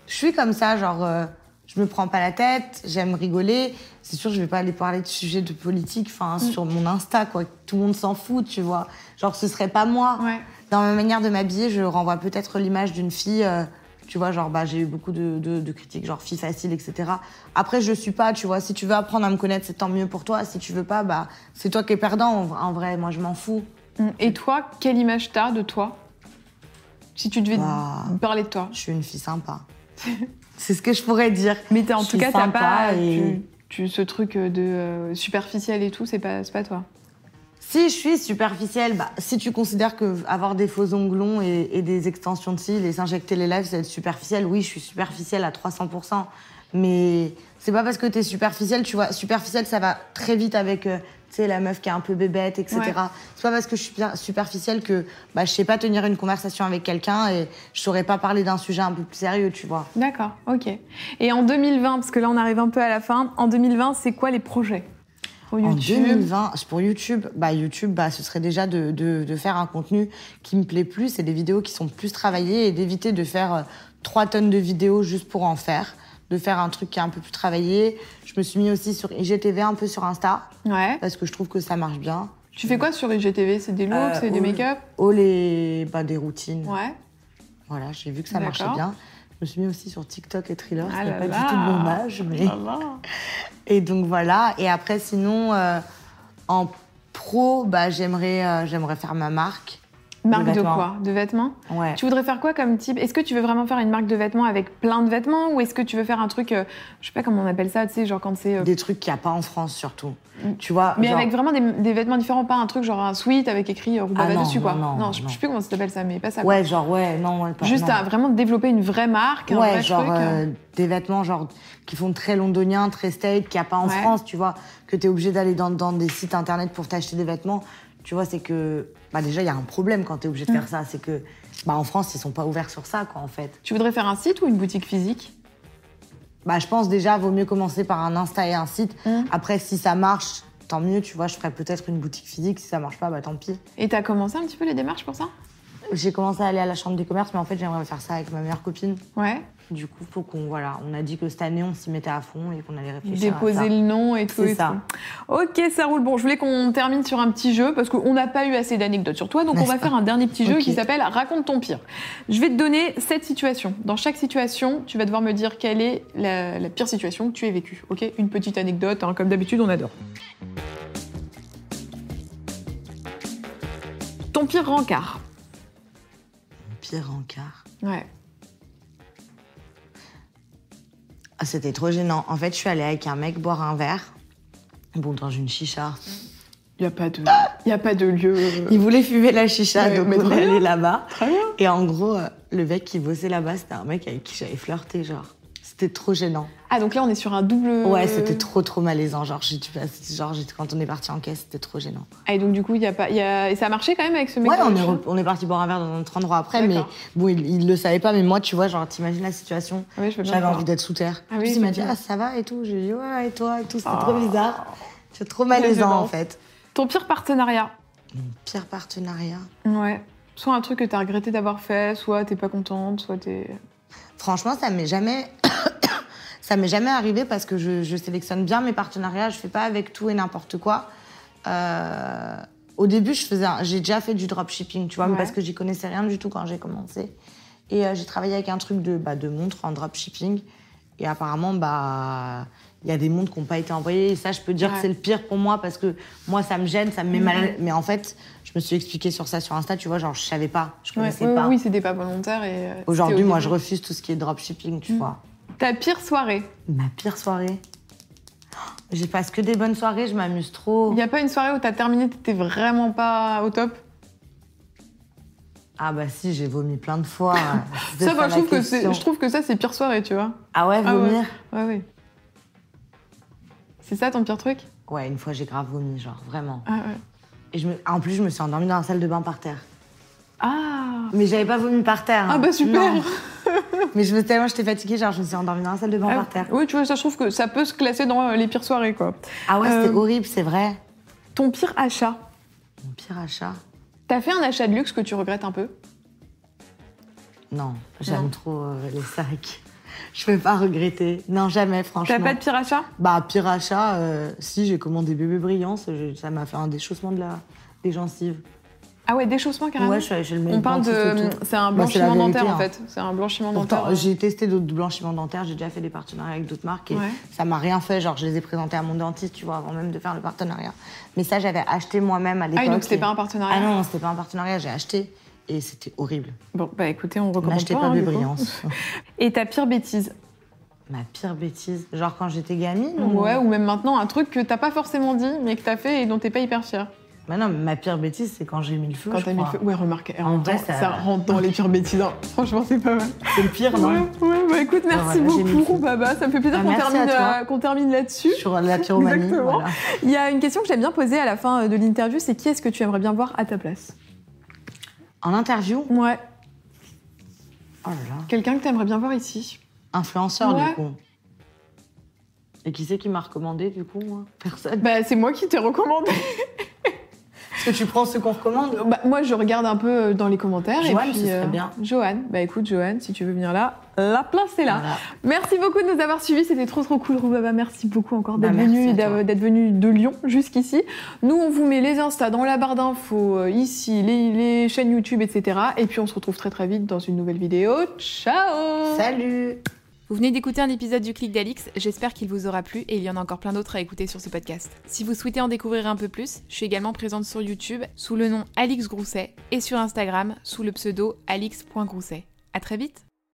S2: je suis comme ça, genre, euh, je me prends pas la tête, j'aime rigoler. C'est sûr, je vais pas aller parler de sujets de politique, enfin, sur mon Insta, quoi. Tout le monde s'en fout, tu vois. Genre, ce serait pas moi.
S3: Ouais.
S2: Dans ma manière de m'habiller, je renvoie peut-être l'image d'une fille, euh, tu vois, genre, bah, j'ai eu beaucoup de, de- de critiques, genre, fille facile, etc. Après, je suis pas, tu vois, si tu veux apprendre à me connaître, c'est tant mieux pour toi. Si tu veux pas, bah, c'est toi qui es perdant, en vrai- en vrai, moi, je m'en fous.
S3: Mm. Et toi, quelle image t'as de toi Si tu devais
S2: Bah.
S3: parler de toi.
S2: Je suis une fille sympa. c'est ce que je pourrais dire.
S3: Mais t'as- en
S2: Je
S3: tout
S2: suis
S3: cas, t'as
S2: sympa
S3: pas
S2: et-
S3: tu, tu- ce truc de euh, superficiel et tout, c'est pas, c'est pas toi.
S2: Si je suis superficielle, bah, si tu considères que avoir des faux ongles longs et, et des extensions de cils et s'injecter les lèvres, c'est être superficiel, oui, je suis superficielle à 300%. Mais c'est pas parce que t'es superficielle, tu vois, superficielle, ça va très vite avec, euh, tu sais, la meuf qui est un peu bébête, etc.
S3: Ouais.
S2: C'est pas parce que je suis super- superficielle que bah, je sais pas tenir une conversation avec quelqu'un et je saurais pas parler d'un sujet un peu plus sérieux, tu vois.
S3: D'accord, ok. Et en 2020, parce que là on arrive un peu à la fin, en 2020, c'est quoi les projets Pour
S2: En
S3: YouTube
S2: 2020, c'est pour YouTube, bah YouTube, bah ce serait déjà de, de- de faire un contenu qui me plaît plus et des vidéos qui sont plus travaillées et d'éviter de faire euh, trois tonnes de vidéos juste pour en faire, de faire un truc qui est un peu plus travaillé. Je me suis mis aussi sur IGTV un peu sur Insta
S3: Ouais.
S2: parce que je trouve que ça marche bien.
S3: Tu fais quoi sur IGTV C'est des looks,
S2: Euh,
S3: c'est des
S2: au-
S3: make-up
S2: Oh les, bah des routines.
S3: Ouais.
S2: Voilà, j'ai vu que ça marchait
S3: D'accord.
S2: bien. Je me suis mis aussi sur TikTok et Thriller,
S3: Ah
S2: ce n'est
S3: là
S2: pas
S3: là. Ah.
S2: du tout de mon âge, mais.
S3: Ça va.
S2: Et donc voilà. Et après, sinon, euh, en pro, bah, j'aimerais, euh, j'aimerais faire ma marque.
S3: Marque de
S2: vêtements.
S3: quoi De vêtements
S2: Ouais.
S3: Tu voudrais faire quoi comme type Est-ce que tu veux vraiment faire une marque de vêtements avec plein de vêtements ou est-ce que tu veux faire un truc, euh, je sais pas comment on appelle ça, tu sais, genre quand c'est. euh,
S2: Des trucs qu'il n'y a pas en France, surtout.
S3: Mm.
S2: Tu vois
S3: Mais
S2: genre-
S3: avec vraiment des, des vêtements différents, pas un truc genre un sweat avec écrit euh, Rubaba
S2: Ah non,
S3: dessus quoi.
S2: non, non,
S3: je,
S2: non.
S3: je sais plus comment ça s'appelle ça, mais pas ça. quoi.
S2: Ouais, genre, ouais, non, ouais, pas-
S3: Juste
S2: non.
S3: à vraiment développer une vraie marque, un
S2: Ouais,
S3: vrai
S2: genre
S3: truc. euh.
S2: euh, des vêtements genre qui font très londonien, très state, qu'il n'y a pas en
S3: Ouais.
S2: France, tu vois, que tu es obligé d'aller dans, dans des sites internet pour t'acheter des vêtements. Tu vois, c'est que bah déjà il y a un problème quand tu es obligé
S3: Mm.
S2: de faire ça, c'est que bah en France, ils sont pas ouverts sur ça quoi en fait.
S3: Tu voudrais faire un site ou une boutique physique
S2: Bah, je pense déjà, vaut mieux commencer par un Insta et un site.
S3: Mm.
S2: Après, si ça marche, tant mieux, tu vois, je ferai peut-être une boutique physique. Si ça marche pas, bah tant pis.
S3: Et t'as commencé un petit peu les démarches pour ça
S2: J'ai commencé à aller à la chambre des commerces, mais en fait, j'aimerais faire ça avec ma meilleure copine.
S3: Ouais.
S2: Du coup, faut qu'on, voilà, on a dit que cette année, on s'y mettait à fond et qu'on allait réfléchir. à ça.
S3: Déposer le nom et tout.
S2: C'est
S3: et
S2: ça.
S3: tout. Ok, ça roule. Bon, je voulais qu'on termine sur un petit jeu parce qu'on n'a pas eu assez d'anecdotes sur toi, donc on
S2: N'est-ce
S3: va
S2: pas
S3: faire un dernier petit jeu
S2: Ok.
S3: qui s'appelle Raconte ton pire. Je vais te donner sept situations. Dans chaque situation, tu vas devoir me dire quelle est la, la pire situation que tu aies vécue. Ok, une petite anecdote, hein, comme d'habitude, on adore. Ton pire rencard.
S2: Pire encart.
S3: Ouais.
S2: Ah, c'était trop gênant. En fait, je suis allée avec un mec boire un verre. Bon, dans une chicha.
S3: Il n'y a, pas de- y a pas de lieu.
S2: Il voulait fumer la chicha,
S3: Ouais,
S2: donc
S3: mais
S2: on
S3: très
S2: est
S3: bien.
S2: allé là-bas.
S3: Très bien.
S2: Et en gros, euh, le mec qui bossait là-bas, c'était un mec avec qui j'avais flirté, genre. C'était C'était trop gênant.
S3: Ah, donc là, on est sur un double.
S2: Ouais, c'était trop, trop malaisant. Genre, j'ai dû passer- genre j'ai- quand on est parti en caisse, c'était trop gênant.
S3: Ah, et donc, du coup, il y a pas. il Y a... Et ça a marché quand même avec ce mec
S2: ouais,
S3: dans
S2: on
S3: le
S2: est,
S3: chien
S2: re- on est parti boire un verre dans notre endroit après, mais
S3: D'accord.
S2: bon, il, il le savait pas, mais moi, tu vois, genre, t'imagines la situation.
S3: Ouais, je veux bien
S2: J'avais
S3: voir.
S2: envie d'être sous terre.
S3: Ah
S2: En
S3: oui,
S2: plus, il m'a dit,
S3: effectivement.
S2: ah, ça va et tout. J'ai dit, ouais, et toi et tout. C'était
S3: Ah.
S2: trop bizarre. C'est trop malaisant,
S3: Malaisant.
S2: en fait.
S3: Ton pire partenariat
S2: Pire partenariat.
S3: Ouais. Soit un truc que t'as regretté d'avoir fait, soit t'es pas contente, soit t'es.
S2: Franchement, ça m'est jamais. ça m'est jamais arrivé parce que je, je sélectionne bien mes partenariats. Je fais pas avec tout et n'importe quoi. Euh, Au début, je faisais, un- j'ai déjà fait du dropshipping, tu vois, mais
S3: Ouais.
S2: parce que j'y connaissais rien du tout quand j'ai commencé. Et euh, j'ai travaillé avec un truc de, bah, de montres en dropshipping. Et apparemment, bah, il y a des montres qui n'ont pas été envoyées. Et ça, je peux dire
S3: Ouais. Mm.
S2: que c'est le pire pour moi parce que moi, ça me gêne, ça me met mal. à l'aise. Mais en fait, je me suis expliquée sur ça sur Insta, tu vois, genre, je savais pas, je
S3: Ouais,
S2: connaissais
S3: ouais,
S2: pas.
S3: Oui, c'était pas volontaire. et. euh,
S2: Aujourd'hui,
S3: c'était au
S2: moi, je
S3: début.
S2: refuse tout ce qui est dropshipping, tu
S3: Mm.
S2: vois.
S3: Ta pire soirée
S2: Ma pire soirée. Je passe que des bonnes soirées, je m'amuse trop.
S3: Il n'y a pas une soirée où t'as terminé, t'étais vraiment pas au top
S2: Ah bah si, j'ai vomi plein de fois. C'est
S3: Ça, moi, je
S2: la
S3: trouve, que c'est-
S2: question.
S3: je trouve que ça, c'est pire soirée, tu vois.
S2: Ah ouais,
S3: Ah
S2: vomir
S3: Ouais, ouais. C'est ça ton pire truc
S2: ouais. une fois j'ai grave vomi, genre vraiment.
S3: Ah, ouais.
S2: Et je me... ah, en plus, je me suis endormie dans la salle de bain par terre.
S3: Ah
S2: Mais j'avais pas vomi par terre.
S3: Ah
S2: hein.
S3: bah super
S2: Non. Mais je me... tellement j'étais fatiguée, genre je me suis endormie dans la salle de bain
S3: Ah,
S2: par terre.
S3: Oui, tu vois, ça, je trouve que ça peut se classer dans euh, les pires soirées, quoi.
S2: Ah ouais, c'était
S3: Euh.
S2: horrible, c'est vrai.
S3: Ton pire achat
S2: Mon pire achat.
S3: T'as fait un achat de luxe que tu regrettes un peu
S2: Non,
S3: Non.
S2: j'aime trop euh, les sacs. Je peux pas regretter. Non, jamais, franchement.
S3: T'as pas de pire achat
S2: Bah, pire achat, euh, si j'ai commandé bébé brillant, ça je- ça m'a fait un déchaussement de la, des gencives.
S3: Ah ouais, déchaussement carrément
S2: Ouais, je suis allée chez le
S3: On parle de.
S2: dentiste et tout.
S3: C'est un
S2: Bah, c'est la
S3: blanchiment
S2: vérité,
S3: dentaire, en
S2: hein.
S3: fait. C'est un blanchiment
S2: Pourtant,
S3: dentaire. hein.
S2: j'ai testé d'autres blanchiments dentaires, j'ai déjà fait des partenariats avec d'autres marques et
S3: Ouais.
S2: ça m'a rien fait. Genre, je les ai présentés à mon dentiste, tu vois, avant même de faire le partenariat. Mais ça, j'avais acheté moi-même à l'époque.
S3: Ah oui, donc c'était
S2: et-
S3: pas un partenariat.
S2: Ah non, c'était pas un partenariat, j'ai acheté et c'était horrible.
S3: Bon, bah écoutez, on recommande
S2: N'achetez
S3: pas.
S2: pas
S3: hein,
S2: mes
S3: du coup.
S2: brillances.
S3: Et ta pire bêtise
S2: Ma pire bêtise, genre quand j'étais gamine ou-
S3: Ouais, ou même maintenant, un truc que t'as pas forcément dit, mais que t'as fait et dont t'es pas hyper fier.
S2: Bah non, ma pire bêtise, c'est quand j'ai mis le feu.
S3: Quand
S2: je
S3: t'as mis le
S2: crois.
S3: feu. Ouais, remarque,
S2: En
S3: même
S2: vrai,
S3: temps,
S2: ça-
S3: rentre dans les pires bêtises. hein. Franchement, c'est pas mal.
S2: C'est le pire, non
S3: Ouais, ouais, bah écoute, merci
S2: voilà, j'ai mis le
S3: beaucoup,
S2: feu.
S3: Baba. Ça me fait plaisir
S2: Bah,
S3: qu'on
S2: merci à
S3: termine,
S2: toi.
S3: euh, qu'on termine là-dessus.
S2: Sur la pyromanie,
S3: Exactement.
S2: voilà.
S3: Il y a une question que j'aime bien poser à la fin euh, de l'interview c'est qui est-ce que tu aimerais bien voir à ta place
S2: En interview
S3: Ouais,
S2: Oh là là.
S3: quelqu'un que t'aimerais bien voir ici.
S2: Influenceur,
S3: Ouais.
S2: du coup. Et qui c'est qui m'a recommandé, du coup moi Personne.
S3: Bah, c'est moi qui t'ai recommandé.
S2: Est-ce que tu prends ce qu'on recommande
S3: Bah, moi, je regarde un peu euh, dans les commentaires.
S2: Joanne,
S3: et puis, euh,
S2: ce serait bien.
S3: Joanne, bah écoute, Joanne, si tu veux venir là, la place est là.
S2: Voilà.
S3: Merci beaucoup de nous avoir suivis, c'était trop trop cool Roubaba, merci beaucoup encore d'être
S2: Bah, merci
S3: venu,
S2: à
S3: et d'a-
S2: toi.
S3: d'être venu de Lyon jusqu'ici. Nous on vous met les Insta dans la barre d'infos, euh, ici, les, les chaînes YouTube, etc. Et puis on se retrouve très très vite dans une nouvelle vidéo. Ciao
S2: Salut
S1: Vous venez d'écouter un épisode du Clic d'Alix, j'espère qu'il vous aura plu et il y en a encore plein d'autres à écouter sur ce podcast. Si vous souhaitez en découvrir un peu plus, je suis également présente sur YouTube sous le nom Alix Grousset et sur Instagram sous le pseudo alix.grousset. À très vite